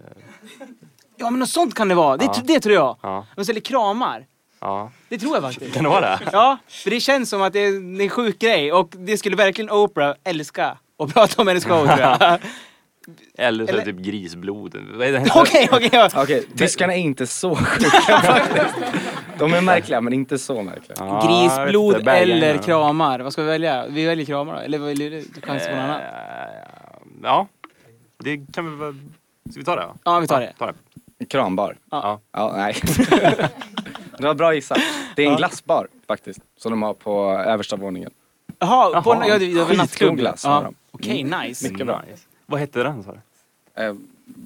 [SPEAKER 1] ja, men något sånt kan det vara. Det,
[SPEAKER 2] Ja.
[SPEAKER 1] det tror jag.
[SPEAKER 2] Ja.
[SPEAKER 1] De säljer kramar.
[SPEAKER 2] ja.
[SPEAKER 1] Det tror jag faktiskt.
[SPEAKER 2] Kan det vara det?
[SPEAKER 1] Ja, för det känns som att det är en sjuk grej och det skulle verkligen Oprah älska att prata om hennes show tror jag.
[SPEAKER 2] Eller så är det
[SPEAKER 1] Eller-
[SPEAKER 2] typ grisblod. Vad är det?
[SPEAKER 1] Okej, okej. ja.
[SPEAKER 12] Okej, tyskarna är inte så sjuka faktiskt. De är märkliga men inte så märkliga.
[SPEAKER 1] Grisblod eller kramar. Vad ska vi välja? Vi väljer kramar då. Eller väljer du? Du kanske på någon annan.
[SPEAKER 12] Eh,
[SPEAKER 2] Ja, det kan vi väl... Ska vi ta det?
[SPEAKER 1] Ja, vi tar det.
[SPEAKER 2] Ta det.
[SPEAKER 12] Krambar?
[SPEAKER 2] Ja.
[SPEAKER 12] ja nej. det var bra gissat. Det är en glassbar faktiskt som de har på översta våningen.
[SPEAKER 1] Jaha, på en- ja, det- det var en nattklubb.
[SPEAKER 12] Skitgod glass
[SPEAKER 1] Ja.
[SPEAKER 12] har de. Mm.
[SPEAKER 1] Okej, nice.
[SPEAKER 12] Mycket bra.
[SPEAKER 2] Vad hette den sa du?
[SPEAKER 12] Eh,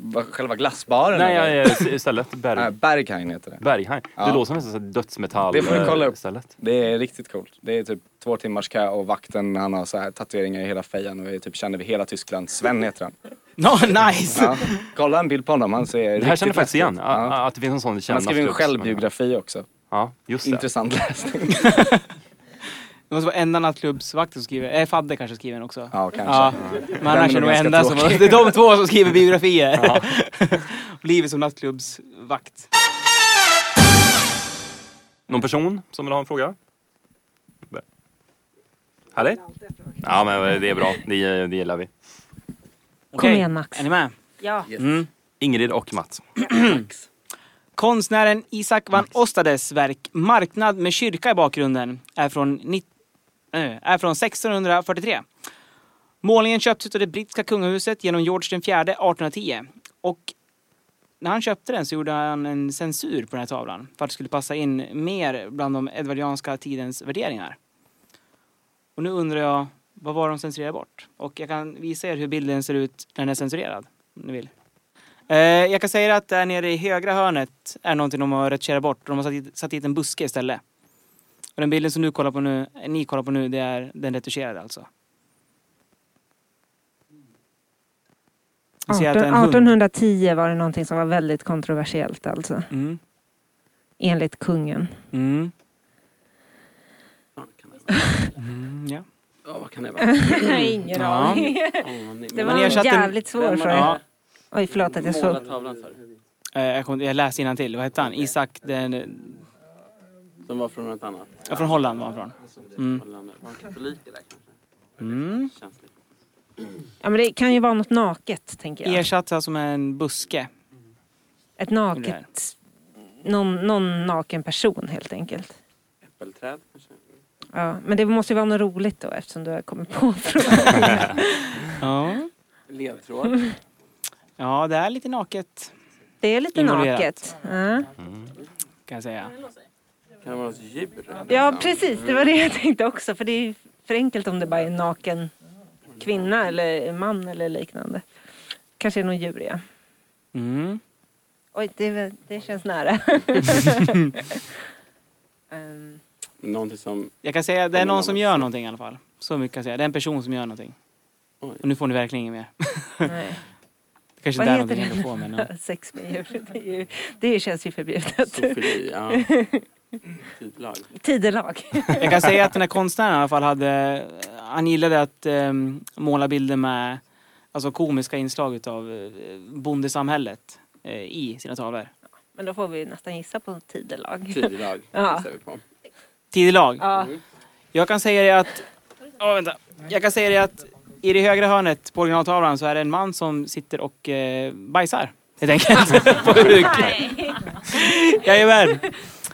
[SPEAKER 12] vad- själva glassbaren?
[SPEAKER 2] Nej,
[SPEAKER 12] eller?
[SPEAKER 2] ja, ja, istället Berg...
[SPEAKER 12] Nej, Berghain heter det.
[SPEAKER 2] Berghain.
[SPEAKER 12] Ja.
[SPEAKER 2] Det låter nästan som dödsmetall.
[SPEAKER 12] Det får du kolla upp.
[SPEAKER 2] Istället.
[SPEAKER 12] Det är riktigt coolt. Det är typ två timmars kö och vakten han har så här tatueringar i hela fejan och är typ känner vi hela Tyskland. Sven heter han.
[SPEAKER 1] No, nice!
[SPEAKER 12] Ja. Kolla en bild på honom, han ser
[SPEAKER 2] Det här
[SPEAKER 12] riktigt
[SPEAKER 2] känner jag faktiskt
[SPEAKER 12] läskig ut.
[SPEAKER 2] igen.
[SPEAKER 12] Ja.
[SPEAKER 2] Ja. Att det finns en sån känd
[SPEAKER 12] Han skriver en
[SPEAKER 2] nattklubb som-
[SPEAKER 12] självbiografi också.
[SPEAKER 2] Ja, just det.
[SPEAKER 12] Intressant läsning.
[SPEAKER 1] Det måste vara enda nattklubbsvakten som skriver. Eh, Fadde kanske skriver den också.
[SPEAKER 12] Ja, kanske.
[SPEAKER 1] Men annars
[SPEAKER 12] Den
[SPEAKER 1] är
[SPEAKER 12] är
[SPEAKER 1] det nog
[SPEAKER 12] ganska
[SPEAKER 1] enda som...
[SPEAKER 12] tråkig.
[SPEAKER 1] Det är de två som skriver biografier. Livet som nattklubbsvakt.
[SPEAKER 2] Någon person som vill ha en fråga? Härligt? Ja, men det är bra. Det, det gillar vi.
[SPEAKER 3] Kom igen Max.
[SPEAKER 1] Är ni med?
[SPEAKER 3] Ja.
[SPEAKER 2] Mm. Ingrid och Mats.
[SPEAKER 1] Konstnären Isak van Ostades verk Marknad med kyrka i bakgrunden är från, nitt- eh, är från 1643. Målningen köptes av det brittiska kungahuset genom George IV 1810. Och när han köpte den så gjorde han en censur på den här tavlan för att det skulle passa in mer bland de edvardianska tidens värderingar. Och nu undrar jag, vad var de censurerade bort? Och jag kan visa er hur bilden ser ut när den är censurerad, om ni vill. Eh, jag kan säga att där nere i högra hörnet är någonting de har retuscherat bort. De har satt dit, satt dit en buske istället. Och den bilden som du kollar på nu, eh, ni kollar på nu, det är den retuscherade alltså. Ni ser att det är en
[SPEAKER 3] 18,
[SPEAKER 1] hund.
[SPEAKER 3] 1810 var det någonting som var väldigt kontroversiellt alltså.
[SPEAKER 1] Mm.
[SPEAKER 3] Enligt kungen.
[SPEAKER 1] Mm. Mm, ja.
[SPEAKER 4] Ja, vad kan det vara?
[SPEAKER 3] Nej, Ingen
[SPEAKER 4] Ja.
[SPEAKER 3] aning.
[SPEAKER 4] nej,
[SPEAKER 3] Det
[SPEAKER 4] men-
[SPEAKER 3] var
[SPEAKER 4] Men jag
[SPEAKER 3] en
[SPEAKER 4] satte-
[SPEAKER 3] jävligt svår
[SPEAKER 4] Vem har-
[SPEAKER 3] fråga.
[SPEAKER 4] Ja.
[SPEAKER 3] Oj, förlåt att jag
[SPEAKER 4] Måla
[SPEAKER 3] såg.
[SPEAKER 4] tavlan för.
[SPEAKER 1] Eh, jag, kom, jag läste innantill. Vad hette han? Isak den...
[SPEAKER 4] Som var från något annat.
[SPEAKER 1] Ja, från Holland var han från. Mm.
[SPEAKER 4] Holland. Var han katoliker där kanske?
[SPEAKER 1] Mm.
[SPEAKER 4] Känns lite.
[SPEAKER 3] Ja, men det kan ju vara något naket, tänker jag.
[SPEAKER 1] Ersatt alltså med en buske.
[SPEAKER 3] Ett
[SPEAKER 1] Det här.
[SPEAKER 3] naket... Någon, någon naken person, helt enkelt.
[SPEAKER 4] Äppelträd kanske?
[SPEAKER 3] Ja, men det måste ju vara något roligt då, eftersom du har kommit på frågan.
[SPEAKER 1] Ja.
[SPEAKER 4] Ledtråd?
[SPEAKER 1] ja, det är lite naket
[SPEAKER 3] Det är lite
[SPEAKER 1] Involverat.
[SPEAKER 3] naket. Ja.
[SPEAKER 1] kan jag säga.
[SPEAKER 4] Kan det vara något djur?
[SPEAKER 3] ja, precis. Det var det jag tänkte också. För det är ju för enkelt om det bara är en naken kvinna eller man eller liknande. Kanske är någon djur, ja.
[SPEAKER 1] Mm.
[SPEAKER 3] Oj, det, är väl- det känns nära. Ehm,
[SPEAKER 4] Någonting som...
[SPEAKER 1] Jag kan säga att det är någon som gör någonting i alla fall. Så mycket kan jag säga. Det är en person som gör någonting. Och nu får ni verkligen inget mer.
[SPEAKER 3] nej.
[SPEAKER 1] Det kanske
[SPEAKER 3] Vad
[SPEAKER 1] inte är
[SPEAKER 3] heter
[SPEAKER 1] någonting jag
[SPEAKER 3] det?
[SPEAKER 1] kan få men... ja.
[SPEAKER 3] Sex med djur. Det, är ju, det känns ju förbjudet.
[SPEAKER 4] Zoofili, ja. Tidlag.
[SPEAKER 3] Tidelag.
[SPEAKER 1] Jag kan säga att den här konstnären i alla fall hade... Han gillade att eh, måla bilder med alltså, komiska inslag utav eh, bondesamhället eh, i sina tavlor.
[SPEAKER 3] Men då får vi nästan gissa på tidelag.
[SPEAKER 4] Tidelag
[SPEAKER 3] Ja.
[SPEAKER 4] gissar vi på.
[SPEAKER 1] Tidelag.
[SPEAKER 3] Ja.
[SPEAKER 1] Jag kan säga dig att... Åh, vänta. Jag kan säga dig att i det högra hörnet på originaltavlan så är det en man som sitter och eh, bajsar. helt enkelt. på huk. Jajamän.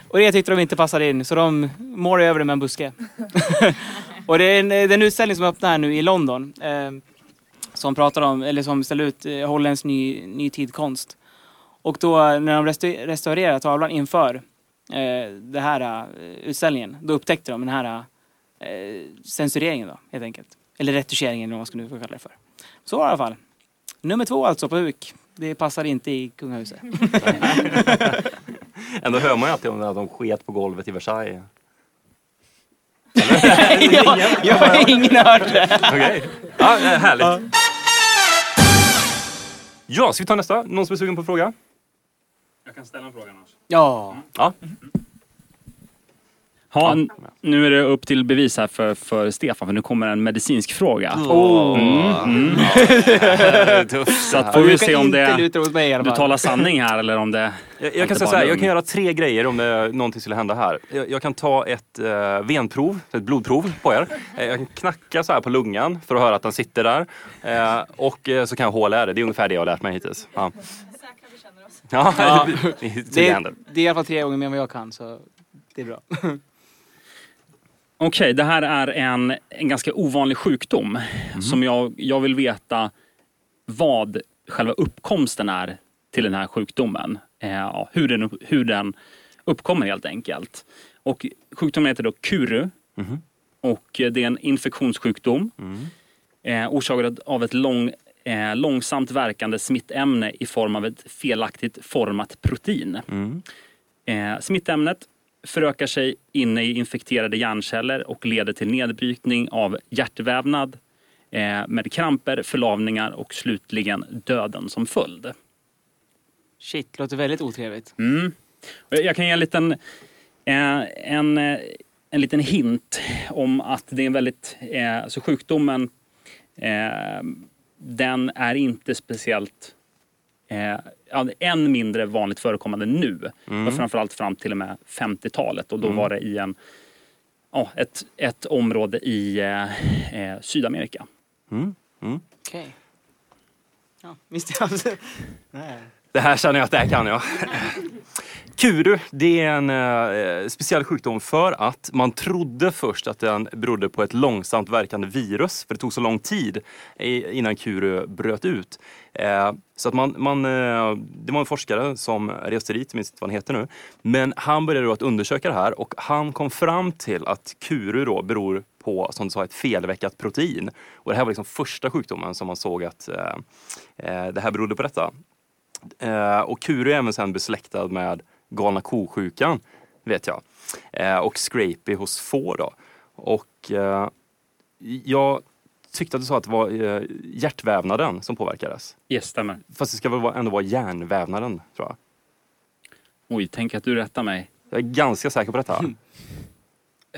[SPEAKER 1] Och det tyckte de inte passade in så de målade över det med en buske. och det är en, det är en utställning som öppnar här nu i London. Eh, som pratar om, eller som ställer ut eh, Hollands ny, ny tidkonst. Och då när de restau- restaurerar tavlan inför eh, den här eh, utställningen, då upptäckte de den här eh, censureringen då, helt enkelt. Eller retuscheringen eller vad man ska nu få kalla det för. Så i alla fall. Nummer två alltså på huk. Det passar inte i kungahuset.
[SPEAKER 2] Ändå hör man ju alltid om det här att de sket på golvet i Versailles.
[SPEAKER 1] jag, jag har ingen hört det.
[SPEAKER 2] Okej. Ja, eh, härligt. Ja, ska vi ta nästa? Någon som är sugen på en fråga?
[SPEAKER 6] Jag kan ställa en fråga annars.
[SPEAKER 1] Ja.
[SPEAKER 2] Ja.
[SPEAKER 6] Ha, n- nu är det upp till bevis här för, för Stefan, för nu kommer en medicinsk fråga.
[SPEAKER 1] Åh.
[SPEAKER 6] Mm, mm. Så att får
[SPEAKER 2] Du
[SPEAKER 6] vi
[SPEAKER 2] kan
[SPEAKER 6] se om
[SPEAKER 2] inte
[SPEAKER 6] det,
[SPEAKER 2] luta mot mig i alla
[SPEAKER 6] du
[SPEAKER 2] fall.
[SPEAKER 6] talar sanning här eller om det...
[SPEAKER 2] Jag,
[SPEAKER 6] inte
[SPEAKER 2] jag kan säga
[SPEAKER 6] bara
[SPEAKER 2] så här, jag
[SPEAKER 6] lugn.
[SPEAKER 2] kan göra tre grejer om det, någonting skulle hända här. Jag, jag kan ta ett eh, venprov, ett blodprov på er. Eh, jag kan knacka så här på lungan för att höra att den sitter där. Eh, och eh, så kan jag håla det. Det är ungefär det jag har lärt mig hittills. Ja. Ja,
[SPEAKER 1] Ja.
[SPEAKER 2] det är
[SPEAKER 1] Det,
[SPEAKER 2] tydliga händer.
[SPEAKER 1] det är i alla fall tre gånger mer än vad jag kan så det är bra.
[SPEAKER 6] Okej, det här är en, en ganska ovanlig sjukdom
[SPEAKER 2] Mm.
[SPEAKER 6] som jag, jag vill veta vad själva uppkomsten är till den här sjukdomen. Eh, ja, hur, den, upp- hur den uppkommer helt enkelt. Och sjukdomen heter då Kuru och eh, det är en infektionssjukdom eh, orsakad av ett lång, eh, långsamt verkande smittämne i form av ett felaktigt format protein. Eh, smittämnet förökar sig inne i infekterade hjärnceller och leder till nedbrytning av hjärtvävnad eh, med kramper, förlamningar och slutligen döden som följd.
[SPEAKER 1] Shit, låter väldigt otrevligt.
[SPEAKER 6] Mm. Och Jag jag kan ge en liten, eh, en, eh, en liten hint om att det är en väldigt... Eh, så sjukdomen eh, den är inte speciellt... Eh, ja, än mindre vanligt förekommande nu.
[SPEAKER 2] Mm.
[SPEAKER 6] Men framförallt fram till och med 50-talet. Och då
[SPEAKER 2] Mm.
[SPEAKER 6] var det i en, ja, ett, ett område i eh, eh, Sydamerika.
[SPEAKER 2] Mm. Mm.
[SPEAKER 1] Okej. Ja, visste jag. Nej.
[SPEAKER 2] Det här känner jag att det här kan jag. Kuru, det är en eh, speciell sjukdom för att man trodde först att den berodde på ett långsamt verkande virus, för det tog så lång tid i- innan kuru bröt ut. Eh, så att man, man, eh, det var en forskare som reste dit, jag minns inte vad han heter nu, men han började då att undersöka det här och han kom fram till att kuru då beror på, som du sa, ett felveckat protein. Och det här var liksom första sjukdomen som man såg att eh, eh, det här berodde på detta. Eh, och Kuru är även sen besläktad med galna ko-sjukan, vet jag. Eh, och Scrapy hos får då. Och eh, jag tyckte att du sa att det var eh, hjärtvävnaden som påverkades.
[SPEAKER 6] Yes, stämmer.
[SPEAKER 2] Fast det ska väl vara- ändå vara hjärnvävnaden, tror jag.
[SPEAKER 6] Oj, tänk att du rättar mig.
[SPEAKER 2] Jag är ganska säker på detta.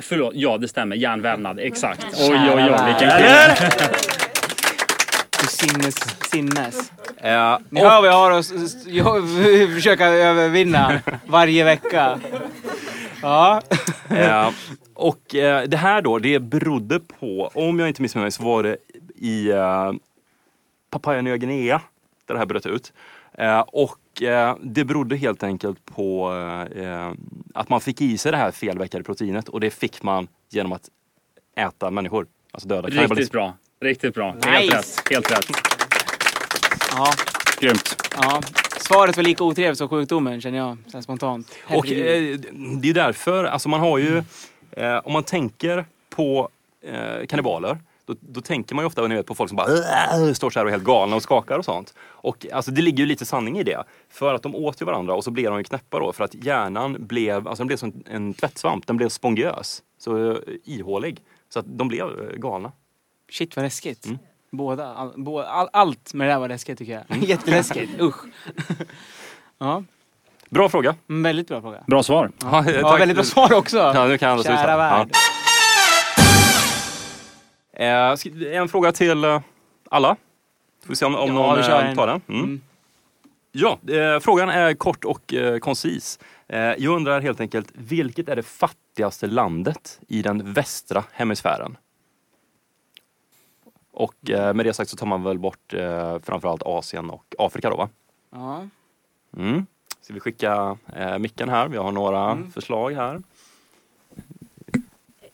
[SPEAKER 6] Förlåt, ja det stämmer. Hjärnvävnad, exakt. Oj,
[SPEAKER 1] Kära
[SPEAKER 6] oj, oj,
[SPEAKER 1] värld.
[SPEAKER 6] vilken kille.
[SPEAKER 1] Du sinnes, sinnes.
[SPEAKER 2] Eh,
[SPEAKER 1] Ni hör vad jag har att s- s- jag- försöka övervinna varje vecka. Ja.
[SPEAKER 2] Eh, och eh, det här då, det berodde på, om jag inte missminner mig, så var det i eh, Papua Nya Guinea där det här bröt ut. Eh, och eh, det berodde helt enkelt på eh, att man fick i sig det här felveckade proteinet och det fick man genom att äta människor. Alltså döda
[SPEAKER 6] Riktigt bra. Riktigt bra. Helt
[SPEAKER 1] Nice.
[SPEAKER 6] rätt. Helt rätt.
[SPEAKER 1] Ja.
[SPEAKER 6] Grymt.
[SPEAKER 1] ja. Svaret var lika otrevligt som sjukdomen känner jag så här spontant.
[SPEAKER 2] Och
[SPEAKER 1] Herregud.
[SPEAKER 2] eh, det är därför, alltså man har ju, eh, om man tänker på eh, kannibaler, då, då tänker man ju ofta ni vet, på folk som bara "Åh", står så här och är helt galna och skakar och sånt. Och alltså, det ligger ju lite sanning i det. För att de åt ju varandra och så blev de ju knäppa då för att hjärnan blev, alltså den blev som en tvättsvamp, den blev spongiös. Så eh, ihålig. Så att de blev eh, galna.
[SPEAKER 1] Shit vad läskigt.
[SPEAKER 2] Mm.
[SPEAKER 1] Båda. All, bo, all, allt med det där var läskigt tycker jag.
[SPEAKER 2] Mm.
[SPEAKER 1] Jätteläskigt. Usch. Ja.
[SPEAKER 2] Bra fråga.
[SPEAKER 1] Mm, Väldigt bra fråga.
[SPEAKER 6] Bra svar.
[SPEAKER 1] Ja, ja, väldigt bra svar också.
[SPEAKER 2] Ja, nu kan jag andas ut
[SPEAKER 1] Kära
[SPEAKER 2] här.
[SPEAKER 1] värld.
[SPEAKER 2] Eh, ska- en fråga till eh, alla. Får vi se om, om
[SPEAKER 1] Ja,
[SPEAKER 2] någon
[SPEAKER 1] vi kör
[SPEAKER 2] eh,
[SPEAKER 1] en.
[SPEAKER 2] tar den. Mm. Ja, eh, frågan är kort och eh, koncis. Eh, jag undrar helt enkelt, vilket är det fattigaste landet i den västra hemisfären? Och eh, med det sagt så tar man väl bort eh, framförallt Asien och Afrika då va?
[SPEAKER 1] Ja.
[SPEAKER 2] Mm. Ska vi skicka eh, micken här? Vi har några
[SPEAKER 1] Mm.
[SPEAKER 2] förslag här.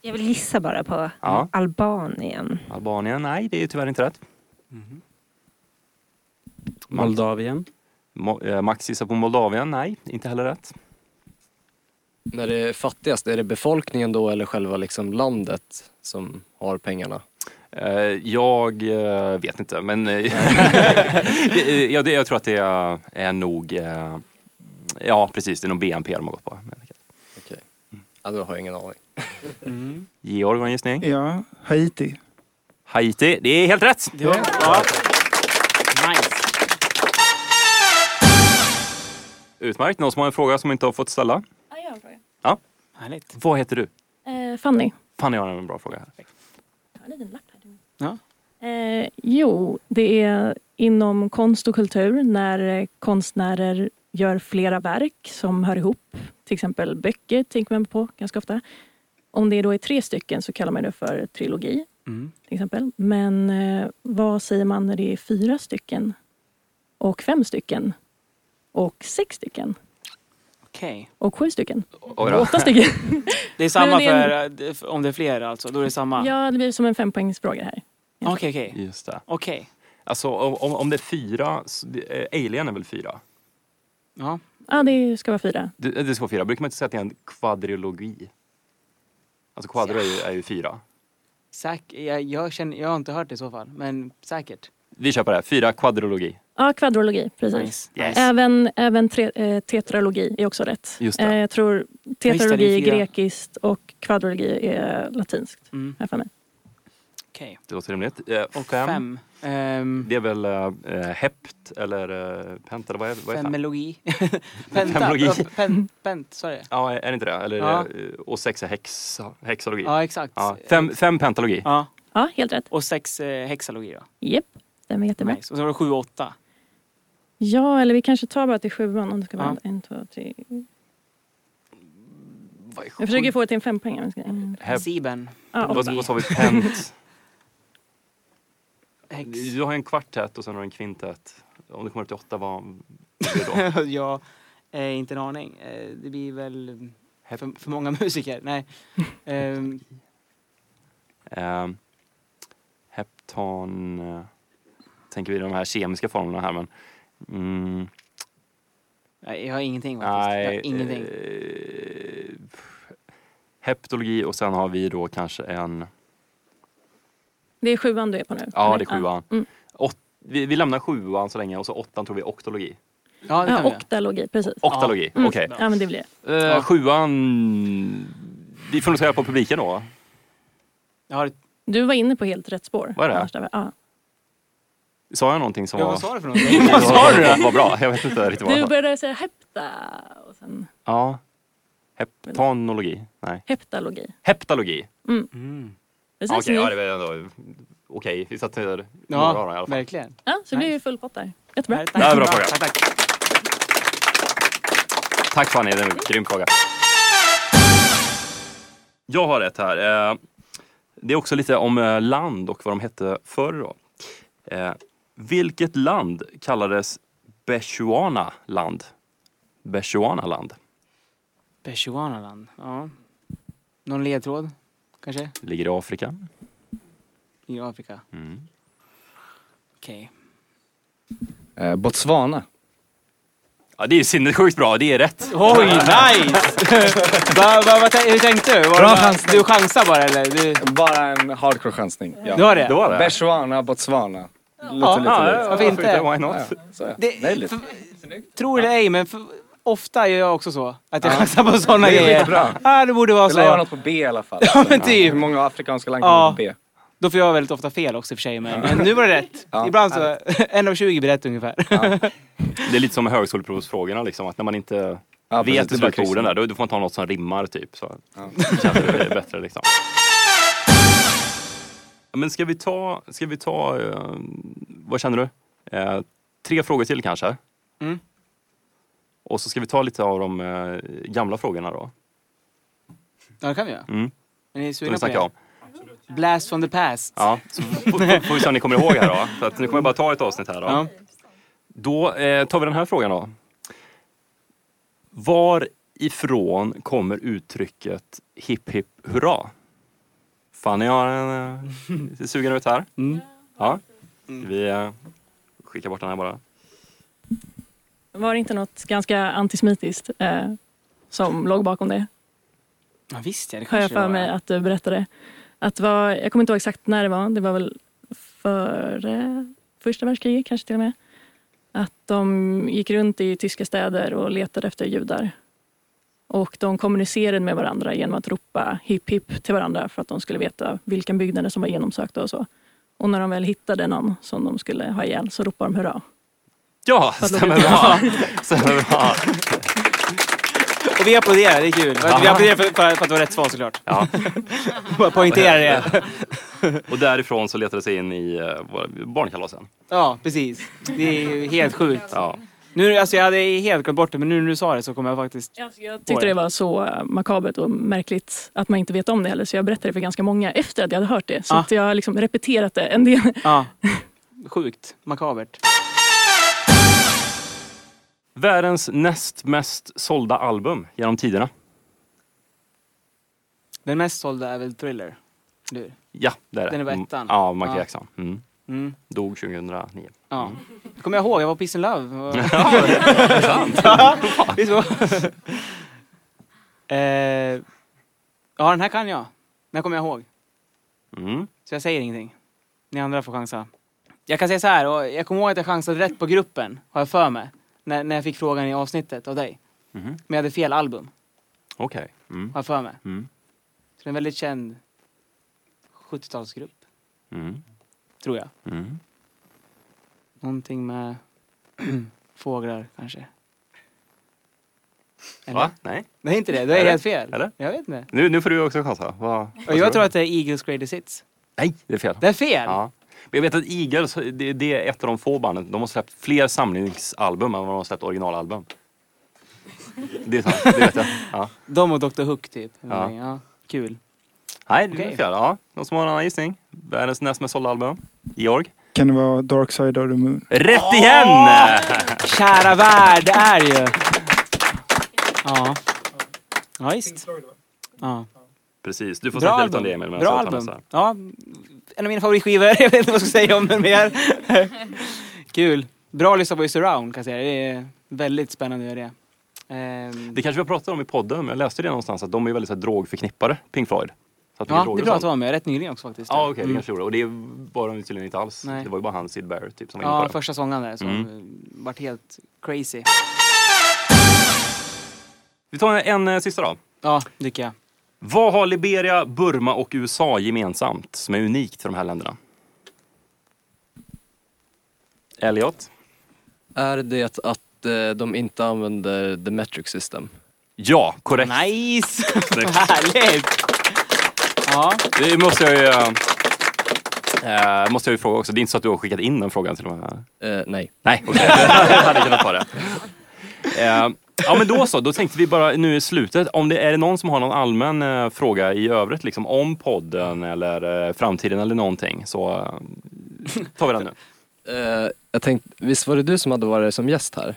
[SPEAKER 3] Jag vill gissa bara på
[SPEAKER 2] Ja.
[SPEAKER 3] Albanien.
[SPEAKER 2] Albanien? Nej, det är tyvärr inte rätt.
[SPEAKER 4] Moldavien?
[SPEAKER 2] Mo- eh, Max gissar på Moldavien. Nej, inte heller rätt.
[SPEAKER 8] När det är fattigast, är det befolkningen då eller själva liksom landet som har pengarna?
[SPEAKER 2] Eh, Jag eh, vet inte, men eh, jag, det- jag tror att det är, är nog... eh, Ja, precis. Det är nog BNP de har gått på.
[SPEAKER 8] Okej. Alltså, jag har ingen aning.
[SPEAKER 1] Mm.
[SPEAKER 2] Georg har en gissning.
[SPEAKER 9] Ja, Haiti.
[SPEAKER 2] Haiti. Det är helt rätt!
[SPEAKER 9] Ja.
[SPEAKER 1] Ja. Nice.
[SPEAKER 2] Utmärkt. Någon som har en fråga som inte har fått ställa?
[SPEAKER 7] Ja, jag har en fråga.
[SPEAKER 2] Ja. Härligt. Vad heter du?
[SPEAKER 7] Eh, Fanny,
[SPEAKER 2] Fanny har en bra fråga. här.
[SPEAKER 7] jag har en liten lapp här.
[SPEAKER 1] Ja.
[SPEAKER 7] Eh, jo, det är inom konst och kultur när eh, konstnärer gör flera verk som hör ihop. Till exempel böcker tänker man på ganska ofta. Om det då är tre stycken så kallar man det för trilogi.
[SPEAKER 1] Mm.
[SPEAKER 7] Till exempel. Men eh, vad säger man när det är fyra stycken? Och fem stycken? Och sex stycken?
[SPEAKER 1] Okej.
[SPEAKER 7] Och sju stycken?
[SPEAKER 1] Oj då.
[SPEAKER 7] Och åtta stycken?
[SPEAKER 1] Det är samma
[SPEAKER 7] Men det är
[SPEAKER 1] för, eh, om det är fler alltså? Då är det samma?
[SPEAKER 7] Ja, det blir som en fempoängsfråga här.
[SPEAKER 1] Okej, okej.
[SPEAKER 2] Just det.
[SPEAKER 1] Okej.
[SPEAKER 2] Alltså om, om- om det är fyra, så det- eh, Alien är väl fyra?
[SPEAKER 1] Ja.
[SPEAKER 7] Ja, det ska vara fyra.
[SPEAKER 2] Det, det ska vara fyra. Brukar man inte säga att det är en kvadrilogi? Alltså kvadro är ju, är ju fyra.
[SPEAKER 1] Säk, jag, jag, känner, jag har inte hört det i så fall, men säkert.
[SPEAKER 2] Vi kör på det här. Fyra kvadrilogi.
[SPEAKER 7] Ja, kvadrologi. Precis.
[SPEAKER 1] Nice,
[SPEAKER 2] nice.
[SPEAKER 7] Även, även tre, eh, tetralogi är också rätt.
[SPEAKER 2] Just det.
[SPEAKER 7] Eh, jag tror
[SPEAKER 1] det är
[SPEAKER 7] tetralogi är
[SPEAKER 1] fyra.
[SPEAKER 7] grekiskt och kvadrologi är latinskt.
[SPEAKER 1] Mm.
[SPEAKER 7] Här för mig.
[SPEAKER 1] Okej.
[SPEAKER 2] Det låter rimligt. Eh,
[SPEAKER 1] Och fem. Ehm.
[SPEAKER 2] Det är väl eh, hept eller eh, pent eller vad är, vad är fem?
[SPEAKER 1] Femologi. Penta.
[SPEAKER 2] Femologi.
[SPEAKER 1] Femologi. Pent, pent, sa jag det?
[SPEAKER 2] Ja, är det inte det? Eller,
[SPEAKER 1] Ja.
[SPEAKER 2] eh, Och sex är hexa, hexalogi.
[SPEAKER 1] Ja, exakt.
[SPEAKER 2] Ja, Fem, fem pentalogi.
[SPEAKER 1] Ja.
[SPEAKER 7] ja, helt rätt.
[SPEAKER 1] Och sex eh, hexalogi då.
[SPEAKER 7] Japp, den var jättebra.
[SPEAKER 1] Nice. Och så var det sju och åtta.
[SPEAKER 7] Ja, eller vi kanske tar bara till sjuan om det ska vara
[SPEAKER 1] Ja.
[SPEAKER 7] en, två, tre. Jag försöker få det till en fempoängare. men ska- mm.
[SPEAKER 2] Heb-
[SPEAKER 1] Sieben.
[SPEAKER 7] Ja,
[SPEAKER 2] Vad,
[SPEAKER 7] och-
[SPEAKER 2] vad sa vi? Pent? Du har ju en kvartett och sen har du en kvintett. Om du kommer upp till åtta, vad blir det då?
[SPEAKER 1] jag har inte en aning. Eh, det blir väl för, för många musiker. Nej. Ehm,
[SPEAKER 2] Ehm, heptan... eh, Tänker vi de här kemiska formlerna här, men... Mm,
[SPEAKER 1] nej, jag har ingenting faktiskt. jag har ingenting.
[SPEAKER 2] eh, heptologi och sen har vi då kanske en...
[SPEAKER 7] Det är sjuan du är på nu?
[SPEAKER 2] Ja,
[SPEAKER 7] eller?
[SPEAKER 2] det är sjuan.
[SPEAKER 7] Mm.
[SPEAKER 2] Åt, vi, vi lämnar sjuan så länge och så åttan tror vi är oktologi.
[SPEAKER 1] Ja,
[SPEAKER 7] Ja, oktalogi, precis.
[SPEAKER 2] Oktalogi,
[SPEAKER 7] Mm.
[SPEAKER 2] okej.
[SPEAKER 7] Ja, men det blir det.
[SPEAKER 2] Eh, Sjuan... Vi får nog säga på publiken då.
[SPEAKER 1] Jag har
[SPEAKER 7] Du var inne på helt rätt spår.
[SPEAKER 2] Vad är det?
[SPEAKER 7] Annars där var- Ja.
[SPEAKER 2] Sa jag någonting som
[SPEAKER 1] Ja,
[SPEAKER 2] var...
[SPEAKER 1] vad sa du för någonting? Vad
[SPEAKER 7] sa du?
[SPEAKER 2] Vad bra, jag vet inte riktigt vad
[SPEAKER 7] Du
[SPEAKER 2] jag sa.
[SPEAKER 7] började säga hepta och sen
[SPEAKER 2] Ja. Heptanologi? Nej.
[SPEAKER 7] heptalogi.
[SPEAKER 2] Heptalogi.
[SPEAKER 7] Mm.
[SPEAKER 2] Ja,
[SPEAKER 7] Precis,
[SPEAKER 2] Okej,
[SPEAKER 7] ni-
[SPEAKER 2] ja, det var ändå... Okej, vi satte några
[SPEAKER 1] Ja,
[SPEAKER 2] av dem i alla fall.
[SPEAKER 1] verkligen.
[SPEAKER 7] Ja, så det blir ju full pott där. Jättebra.
[SPEAKER 2] Det här är en bra fråga.
[SPEAKER 1] Tack, tack.
[SPEAKER 2] Tack Fanny, det är en grym fråga. Jag har ett här. Eh, Det är också lite om eh, land och vad de hette förr. Då. Eh, Vilket land kallades Bechuana land? Bechuana land.
[SPEAKER 1] Bechuanaland. Ja. Någon ledtråd? Kanske?
[SPEAKER 2] Ligger i Afrika.
[SPEAKER 1] I Afrika?
[SPEAKER 2] Mm.
[SPEAKER 1] Okej.
[SPEAKER 12] Eh, Botswana.
[SPEAKER 2] Ja, det är ju sinnessjukt bra, det är rätt.
[SPEAKER 1] Oj, nice! va, va, va, hur tänkte du? Var,
[SPEAKER 12] Bra
[SPEAKER 1] va,
[SPEAKER 12] chansning.
[SPEAKER 1] Du chansar bara eller? Du...
[SPEAKER 12] Bara en hardcore chansning. Ja.
[SPEAKER 1] Det var det? Det var det.
[SPEAKER 12] Bechuana, Botswana. Låter
[SPEAKER 1] Ja,
[SPEAKER 12] lite
[SPEAKER 1] ja,
[SPEAKER 12] likt.
[SPEAKER 1] ja, varför inte?
[SPEAKER 12] Why not? Ja, så ja.
[SPEAKER 1] Det-
[SPEAKER 12] Nej, lite.
[SPEAKER 1] Tror eller ej, men för, ofta gör jag också så. Att jag chansar på sådana
[SPEAKER 12] Det är
[SPEAKER 1] grejer.
[SPEAKER 12] skitbra.
[SPEAKER 1] Ja, det borde vara
[SPEAKER 12] Det lär vara
[SPEAKER 1] så.
[SPEAKER 12] något på B i alla fall.
[SPEAKER 1] Ja, men typ.
[SPEAKER 12] Hur många afrikanska land kan
[SPEAKER 1] Ja.
[SPEAKER 12] man på B?
[SPEAKER 1] Då får jag väldigt ofta fel också i och för sig. Men, men nu var det rätt. Ibland så, en av 20 blir rätt ungefär.
[SPEAKER 2] Det är lite som med högskoleprovsfrågorna, liksom, att när man inte
[SPEAKER 1] Ja, precis,
[SPEAKER 2] vet
[SPEAKER 1] det
[SPEAKER 2] de
[SPEAKER 1] är bara
[SPEAKER 2] slutliga orden där, då, då får man ta något som rimmar typ. Så känns det bättre liksom. Men ska vi ta, ska vi ta eh, vad känner du? Eh, tre frågor till kanske?
[SPEAKER 1] Mm.
[SPEAKER 2] Och så ska vi ta lite av de eh, gamla frågorna då.
[SPEAKER 1] Ja, det kan vi göra.
[SPEAKER 2] Mm.
[SPEAKER 1] Är ni
[SPEAKER 2] Som vi
[SPEAKER 1] sugna på
[SPEAKER 2] snackade om.
[SPEAKER 1] det? Blast from the past.
[SPEAKER 2] Ja, så f- f- får vi se om ni kommer ihåg här då. Så att nu kommer jag bara ta ett avsnitt här då. Då eh, tar vi den här frågan då. Var ifrån kommer uttrycket hipp hipp hurra? Fanny har en eh, lite sugen ut här. Ja. Vi eh, skickar bort den här bara.
[SPEAKER 7] Var det inte något ganska antisemitiskt eh, som låg bakom det?
[SPEAKER 1] Ja, visst ja, det
[SPEAKER 7] har jag
[SPEAKER 1] kanske det
[SPEAKER 7] för
[SPEAKER 1] var.
[SPEAKER 7] mig att du berättade. Att det var, jag kommer inte ihåg exakt när det var. Det var väl före första världskriget kanske till och med. Att de gick runt i tyska städer och letade efter judar. Och de kommunicerade med varandra genom att ropa hipp hipp till varandra för att de skulle veta vilka byggnader som var genomsökta och så. Och när de väl hittade någon som de skulle ha ihjäl så ropade de hurra.
[SPEAKER 2] Ja,
[SPEAKER 7] Vad
[SPEAKER 2] stämmer
[SPEAKER 7] roligt.
[SPEAKER 2] bra. stämmer bra.
[SPEAKER 1] Och vi applåderar, det är kul.
[SPEAKER 2] Ja.
[SPEAKER 1] Vi applåderar för, för att det var rätt svar såklart.
[SPEAKER 2] Ja.
[SPEAKER 1] Bara poängtera det.
[SPEAKER 2] Och därifrån så letade det sig in i eh, våra- barnkalasen.
[SPEAKER 1] Ja, precis. Det är ju helt sjukt.
[SPEAKER 2] Ja.
[SPEAKER 1] Nu, alltså jag hade helt glömt bort det, men nu när du sa det så kommer jag faktiskt...
[SPEAKER 7] Jag tyckte det var så eh, makabert och märkligt att man inte vet om det heller så jag berättade det för ganska många efter att jag hade hört det. Så
[SPEAKER 1] Ah.
[SPEAKER 7] att jag har liksom repeterat det en del.
[SPEAKER 1] Ja. Sjukt. Makabert.
[SPEAKER 2] Världens näst mest sålda album genom tiderna.
[SPEAKER 1] Den mest sålda är väl Thriller? Du.
[SPEAKER 2] Ja, det är det.
[SPEAKER 1] Den är på ettan.
[SPEAKER 2] Ja, Michael
[SPEAKER 1] Ja.
[SPEAKER 2] Jackson. Mm.
[SPEAKER 1] Mm.
[SPEAKER 2] Dog 2009.
[SPEAKER 1] Ja. Kommer jag ihåg, jag var på Peace and Love.
[SPEAKER 2] Mm. Ja, det är sant.
[SPEAKER 1] Ja, visst var- Eh, ja, den här kan jag. Den här kommer jag ihåg.
[SPEAKER 2] Mm.
[SPEAKER 1] Så jag säger ingenting. Ni andra får chansa. Jag kan säga så här, och jag kommer ihåg att jag chansade rätt på gruppen, har jag för mig. När, när jag fick frågan i avsnittet av dig.
[SPEAKER 2] Mhm.
[SPEAKER 1] Men jag hade fel album,
[SPEAKER 2] Okej. Mm.
[SPEAKER 1] har jag för mig.
[SPEAKER 2] Mm.
[SPEAKER 1] Så det är en väldigt känd 70-talsgrupp,
[SPEAKER 2] Mm.
[SPEAKER 1] tror jag.
[SPEAKER 2] Mm.
[SPEAKER 1] Någonting med fåglar, kanske.
[SPEAKER 2] Va? Nej.
[SPEAKER 1] Nej, inte det. Det är,
[SPEAKER 2] Eller?
[SPEAKER 1] helt fel.
[SPEAKER 2] Eller?
[SPEAKER 1] Jag vet inte.
[SPEAKER 2] Nu, nu får du också chansa. Vad,
[SPEAKER 1] Och
[SPEAKER 2] vad
[SPEAKER 1] jag
[SPEAKER 2] du?
[SPEAKER 1] tror att det är Eagles Greatest Hits.
[SPEAKER 2] Nej, det är fel.
[SPEAKER 1] Det är fel?
[SPEAKER 2] Ja. Men jag vet att Eagles, det, det är ett av de få banden. De har släppt fler samlingsalbum än vad de har släppt originalalbum. Det är sant, det vet jag. Ja.
[SPEAKER 1] De och Dr Hook typ.
[SPEAKER 2] Ja.
[SPEAKER 1] Ja. Kul.
[SPEAKER 2] Nej, det är
[SPEAKER 1] Okej.
[SPEAKER 2] fel. Ja. Någon som har en annan gissning? Världens näst mest sålda album? Georg?
[SPEAKER 9] Kan det vara Dark Side of the Moon?
[SPEAKER 2] Rätt igen!
[SPEAKER 1] Kära värld, det är ju... Ja. Ja, visst. Ja.
[SPEAKER 2] Precis, du får
[SPEAKER 1] Bra
[SPEAKER 2] snacka lite om
[SPEAKER 1] album.
[SPEAKER 2] det Emil. medan
[SPEAKER 1] Bra
[SPEAKER 2] jag tar
[SPEAKER 1] album.
[SPEAKER 2] nästa.
[SPEAKER 1] Ja. En av mina favoritskivor. Jag vet inte vad jag ska säga om den mer. Kul. Bra att lyssna på i surround kan jag säga. Det är väldigt spännande att göra det. Ehm,
[SPEAKER 2] Det kanske vi har pratat om i podden, men jag läste det någonstans att de är väldigt så här, drogförknippade, Pink Floyd. Så att
[SPEAKER 1] ja,
[SPEAKER 2] droger
[SPEAKER 1] det är
[SPEAKER 2] och
[SPEAKER 1] bra
[SPEAKER 2] sånt.
[SPEAKER 1] att vara med. Rätt nyligen också faktiskt.
[SPEAKER 2] Ja, okej, det
[SPEAKER 1] Mm.
[SPEAKER 2] kanske gjorde. Och det var de tydligen inte alls.
[SPEAKER 1] Nej.
[SPEAKER 2] Det var ju bara han, Sid Barrett, typ, som var inne
[SPEAKER 1] Ja,
[SPEAKER 2] på det.
[SPEAKER 1] första sången där som
[SPEAKER 2] Mm.
[SPEAKER 1] vart helt crazy.
[SPEAKER 2] Vi tar en, en eh, sista då.
[SPEAKER 1] Ja, tycker jag.
[SPEAKER 2] Vad har Liberia, Burma och USA gemensamt som är unikt för de här länderna? Elliot?
[SPEAKER 8] Är det att eh, de inte använder the metric system?
[SPEAKER 2] Ja, korrekt.
[SPEAKER 1] Nice!
[SPEAKER 2] Snyggt.
[SPEAKER 1] Härligt! Ja.
[SPEAKER 2] Det måste jag ju... eh, eh, måste jag ju fråga också. Det är inte så att du har skickat in den frågan till de här?
[SPEAKER 8] Eh, nej.
[SPEAKER 2] Nej, okej. jag hade kunnat ta det. Eh, ja, men då så. Då tänkte vi bara nu i slutet. Om det är det någon som har någon allmän eh, fråga i övrigt, liksom om podden eller eh, framtiden eller någonting, så eh, tar vi den nu.
[SPEAKER 8] Eh, jag tänkte, visst var det du som hade varit som gäst här?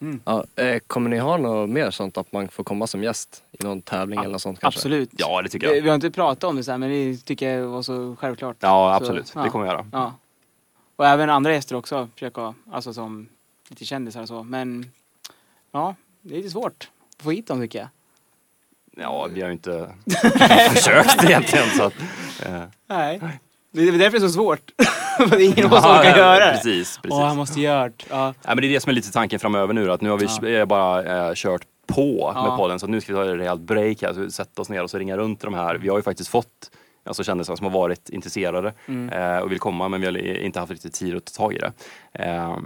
[SPEAKER 1] Mm.
[SPEAKER 8] Ja, eh, kommer ni ha något mer sånt att man får komma som gäst i någon tävling eller något sånt kanske?
[SPEAKER 1] Absolut.
[SPEAKER 2] Ja, det
[SPEAKER 1] Vi, vi har inte pratat om det så här, men det tycker jag var så självklart.
[SPEAKER 2] Ja,
[SPEAKER 1] så,
[SPEAKER 2] absolut. Det kommer jag göra.
[SPEAKER 1] Ja. Och även andra gäster också, försöka, alltså som lite kändisar och så. Men ja, det är lite svårt att få hit dem tycker jag.
[SPEAKER 2] Ja, vi har ju inte försökt egentligen. Så att, eh,
[SPEAKER 1] Nej. Det är därför det är så svårt. För det är ingen av oss som
[SPEAKER 2] Ja,
[SPEAKER 1] kan
[SPEAKER 2] ja,
[SPEAKER 1] göra det.
[SPEAKER 2] precis, precis.
[SPEAKER 1] Åh, jag måste göra det. Ja.
[SPEAKER 2] Ja, men det är det som är lite tanken framöver nu. Att nu har vi eh, bara eh, kört på
[SPEAKER 1] Ja.
[SPEAKER 2] med podden. Så att nu ska vi ta ett rejält break här. Så sätta oss ner och så ringa runt de här. Vi har ju faktiskt fått alltså kändisar som har varit intresserade
[SPEAKER 1] Mm.
[SPEAKER 2] eh, och vill komma men vi har li- inte haft riktigt tid att ta tag i det. Eh,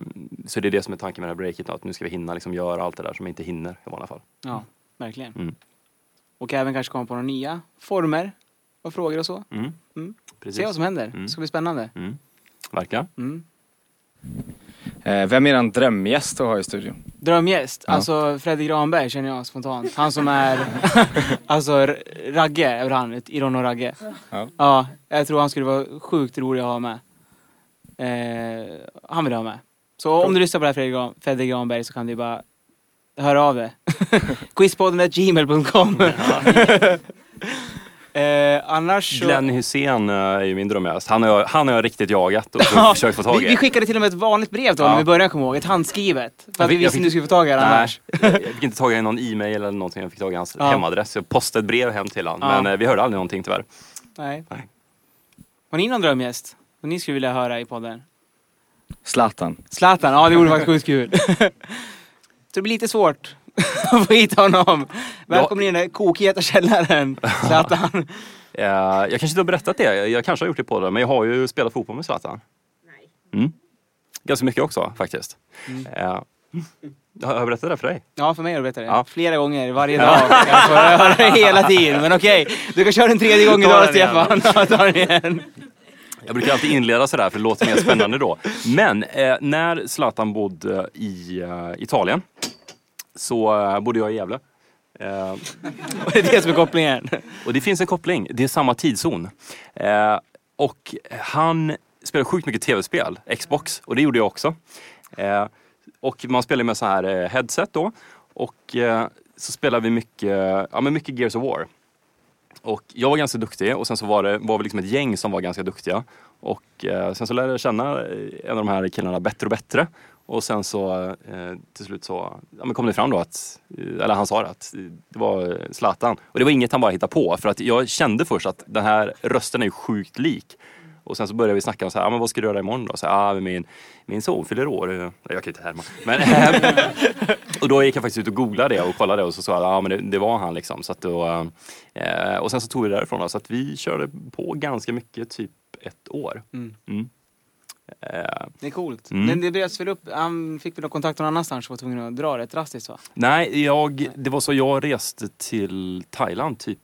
[SPEAKER 2] så det är det som är tanken med det här breaket. då, Att nu ska vi hinna liksom göra allt det där som vi inte hinner i vanliga fall.
[SPEAKER 1] ja, verkligen.
[SPEAKER 2] Mm.
[SPEAKER 1] Och även kanske komma på några nya former och frågor och så.
[SPEAKER 2] Mm.
[SPEAKER 1] Mm.
[SPEAKER 2] Precis.
[SPEAKER 1] Se vad som händer.
[SPEAKER 2] Mm.
[SPEAKER 1] Det ska bli spännande.
[SPEAKER 2] Mm. Verkar.
[SPEAKER 1] Mm.
[SPEAKER 12] Eh, vem är en drömgäst att ha i studion?
[SPEAKER 1] Drömgäst?
[SPEAKER 12] Ja.
[SPEAKER 1] Alltså Fredrik Granberg känner jag spontant. Han som är, alltså R- Ragge är väl han, Iron och Ragge.
[SPEAKER 12] Ja.
[SPEAKER 1] Ja, jag tror han skulle vara sjukt rolig att ha med. Eh, han vill jag ha med. Så om du lyssnar på det här Fredrik Gran- Fredrik Granberg så kan du bara höra av dig. Quizpodden.gmail.com eh, Annars så...
[SPEAKER 2] Glenn Hussein eh, är ju min drömgäst. Han har jag, han har jag riktigt jagat och försökt få tag
[SPEAKER 1] vi, vi
[SPEAKER 2] i.
[SPEAKER 1] skickade till och med ett vanligt brev till honom
[SPEAKER 2] Ja.
[SPEAKER 1] i början kommer jag ihåg. Ett handskrivet. För
[SPEAKER 2] Jag
[SPEAKER 1] att vi
[SPEAKER 2] fick- jag
[SPEAKER 1] visste
[SPEAKER 2] fick-
[SPEAKER 1] inte du skulle få tag i det
[SPEAKER 2] Nej,
[SPEAKER 1] annars.
[SPEAKER 2] jag fick inte tag i någon e-mail eller någonting. Jag fick tag i hans
[SPEAKER 1] Ja.
[SPEAKER 2] hemadress. Jag postade ett brev hem till honom.
[SPEAKER 1] Ja.
[SPEAKER 2] Men eh, vi hörde aldrig någonting tyvärr.
[SPEAKER 1] Nej. Har ni någon drömgäst? Som ni skulle vilja höra i podden?
[SPEAKER 12] Zlatan.
[SPEAKER 1] Zlatan, ja det vore faktiskt sjukt kul. Så det blir lite svårt att få hit honom. Välkommen in i den kokheta källaren, Zlatan.
[SPEAKER 2] Eh, jag kanske inte har berättat det. Jag, jag kanske har gjort det på det. Men jag har ju spelat fotboll med Zlatan. Nej. Mm. Ganska mycket också faktiskt.
[SPEAKER 1] Mm.
[SPEAKER 2] Eh, har jag berättat det för dig?
[SPEAKER 1] Ja, för mig har du berättat det.
[SPEAKER 2] Ja.
[SPEAKER 1] Flera gånger, varje dag. Jag får höra det hela tiden. Men okej, du kan köra den tredje gången
[SPEAKER 2] Ta
[SPEAKER 1] idag
[SPEAKER 2] den igen.
[SPEAKER 1] Stefan. Ja, ta den igen.
[SPEAKER 2] Jag brukar alltid inleda sådär för det låter mer spännande då. Men eh, när Zlatan bodde i eh, Italien så eh, bodde jag i Gävle. Eh,
[SPEAKER 1] och det är det som är kopplingen.
[SPEAKER 2] Och det finns en koppling. Det är samma tidszon. Eh, och han spelar sjukt mycket tv-spel, Xbox, och det gjorde jag också. Eh, och man spelar med så här eh, headset då. Och eh, så spelar vi mycket, ja, men mycket Gears of War. Och jag var ganska duktig och sen så var det var vi liksom ett gäng som var ganska duktiga. Och eh, sen så lärde jag känna eh, en av de här killarna bättre och bättre. Och sen så eh, till slut så ja, men kom det fram då att, eh, eller han sa det, att eh, det var eh, Zlatan. Och det var inget han bara hittade på för att jag kände först att den här rösten är ju sjukt lik. Och sen så började vi snacka om så här, ah, men vad ska du göra imorgon då? Så här, ah, men min, min son fyller år. Eh, Jag kan ju inte härma. Men, och då gick jag faktiskt ut och googlade det och kollade och så sa jag att ah, men det, det var han liksom. Så att då, eh, och sen så tog vi det därifrån. Då, så att vi körde på ganska mycket, typ ett år.
[SPEAKER 1] Mm.
[SPEAKER 2] Mm. Eh,
[SPEAKER 1] Det är coolt.
[SPEAKER 2] Mm.
[SPEAKER 1] Men det bröts väl upp. Han fick väl någon kontakt någon annanstans och var tvungen att dra rätt drastiskt va?
[SPEAKER 2] nej, jag, det var så jag reste till Thailand typ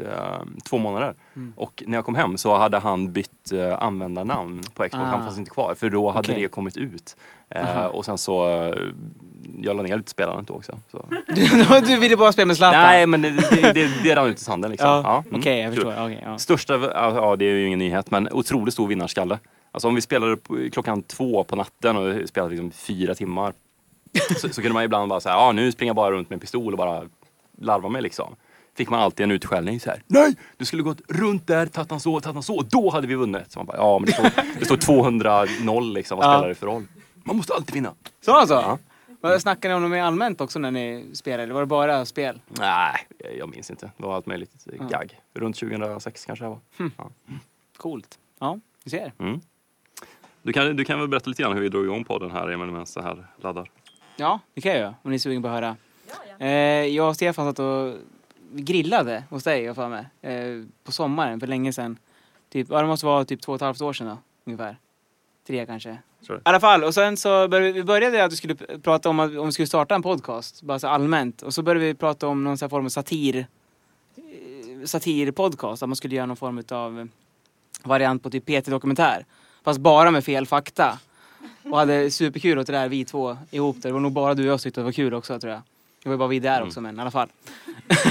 [SPEAKER 2] eh, två månader.
[SPEAKER 1] Mm.
[SPEAKER 2] Och när jag kom hem så hade han bytt eh, användarnamn på Xbox.
[SPEAKER 1] Ah.
[SPEAKER 2] Han fanns inte kvar för då hade
[SPEAKER 1] Okej.
[SPEAKER 2] det kommit ut. Eh,
[SPEAKER 1] Aha.
[SPEAKER 2] och sen så, eh, jag la ner lite spelandet då också. Så.
[SPEAKER 1] du ville bara spela med Zlatan?
[SPEAKER 2] Nej, men det, det, det, det rann ut i sanden liksom.
[SPEAKER 1] Ja.
[SPEAKER 2] mm.
[SPEAKER 1] Okej, jag förstår. Okej, ja.
[SPEAKER 2] Största, ja ja, det är ju ingen nyhet, men otroligt stor vinnarskalle. Alltså om vi spelade på- klockan två på natten och spelade liksom fyra timmar. Så, så kunde man ibland bara säga, ja nu springer jag bara runt med en pistol och bara larva mig liksom. Fick man alltid en utskällning så här. Nej! Du skulle gått runt där, tagit han så, tagit han så. Då hade vi vunnit. Så man bara, ja men det står, det står 200-0 liksom. Vad
[SPEAKER 1] Ja.
[SPEAKER 2] spelar det för roll? Man måste alltid vinna.
[SPEAKER 1] Så alltså? han sa? Vad Snackade ni om det mer allmänt också när ni spelade? Var det bara spel?
[SPEAKER 2] Nej, jag minns inte. Det var allt möjligt gagg. Runt 2006 kanske det var. Ja.
[SPEAKER 1] Hm. Coolt. Ja, du ser.
[SPEAKER 2] Mm. Du, kan, du kan väl berätta lite grann hur vi drog igång podden här Emil medan det här laddar.
[SPEAKER 1] Ja, det kan jag göra om ni är sugen på att höra. Eh, jag och Stefan satt och vi grillade hos dig, jag för mig. Eh, på sommaren, för länge sedan. Typ, ja, det måste vara typ två och ett halvt år sedan då, ungefär. Tre kanske. I alla fall, och sen så började vi började att vi skulle p- prata om att om vi skulle starta en podcast, bara så allmänt. Och så började vi prata om någon sån här form av satir, eh, satirpodcast, att man skulle göra någon form av variant på typ PT Dokumentär. Fast bara med fel fakta. Och hade superkul åt det där vi två ihop där. Det var nog bara du och jag som tyckte det var kul också tror jag. Det var ju bara vi där också men i alla fall.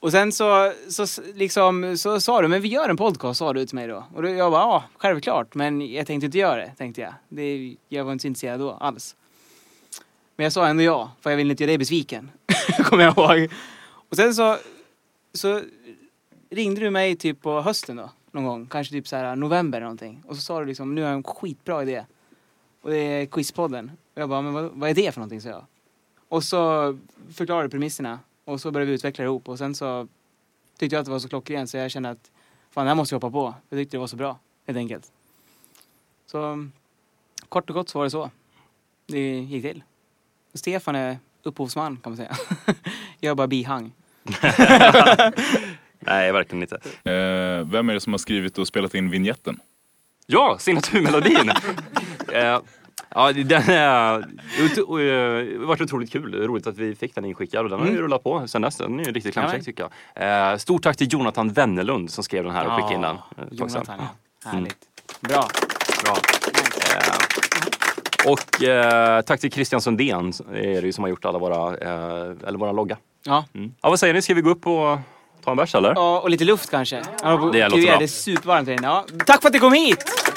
[SPEAKER 1] och sen så, så, s- liksom, så sa du, men vi gör en podcast sa du till mig då. Och då jag bara, ja självklart. Men jag tänkte inte göra det, tänkte jag. Det, jag var inte så intresserad då alls. Men jag sa ändå ja, för jag ville inte göra dig besviken. Kommer jag ihåg. Och sen så, så ringde du mig typ på hösten då. Någon gång, kanske typ så här november eller någonting. Och så sa du liksom, nu har jag en skitbra idé. Och det är Quizpodden. Och jag bara, men vad, vad är det för någonting? sa jag. Och så förklarade du premisserna. Och så började vi utveckla det ihop. Och sen så tyckte jag att det var så klockrent så jag kände att fan, det här måste jag hoppa på. Jag tyckte det var så bra, helt enkelt. Så kort och gott så var det så. Det gick till. Stefan är upphovsman kan man säga. jag är bara bihang.
[SPEAKER 2] Nej, verkligen inte.
[SPEAKER 13] Eh, vem är det som har skrivit och spelat in vignetten?
[SPEAKER 2] Ja, signaturmelodin! eh, ja, den är... eh, Det har varit otroligt kul. Roligt att vi fick den inskickad och den har ju
[SPEAKER 14] Mm.
[SPEAKER 2] rullat på sen dess. Den är ju riktigt klamsig
[SPEAKER 14] Jajamän.
[SPEAKER 2] tycker jag. Eh, stort tack till Jonathan Wennerlund som skrev den här och skickade in den. eh, ett tag sedan.
[SPEAKER 1] Jonathan, ja.
[SPEAKER 2] Mm.
[SPEAKER 1] Härligt. Bra.
[SPEAKER 2] Bra. Och eh, tack till Christian Sundén är det ju som har gjort alla våra, eh, eller våra logga.
[SPEAKER 1] Ja.
[SPEAKER 2] Mm. ja, vad säger ni? Ska vi gå upp och ta en bärs eller?
[SPEAKER 1] Ja, och lite luft kanske. Ja,
[SPEAKER 2] Det låter
[SPEAKER 1] Gud,
[SPEAKER 2] bra.
[SPEAKER 1] Det är supervarmt här inne. Ja. Tack för att du kom hit!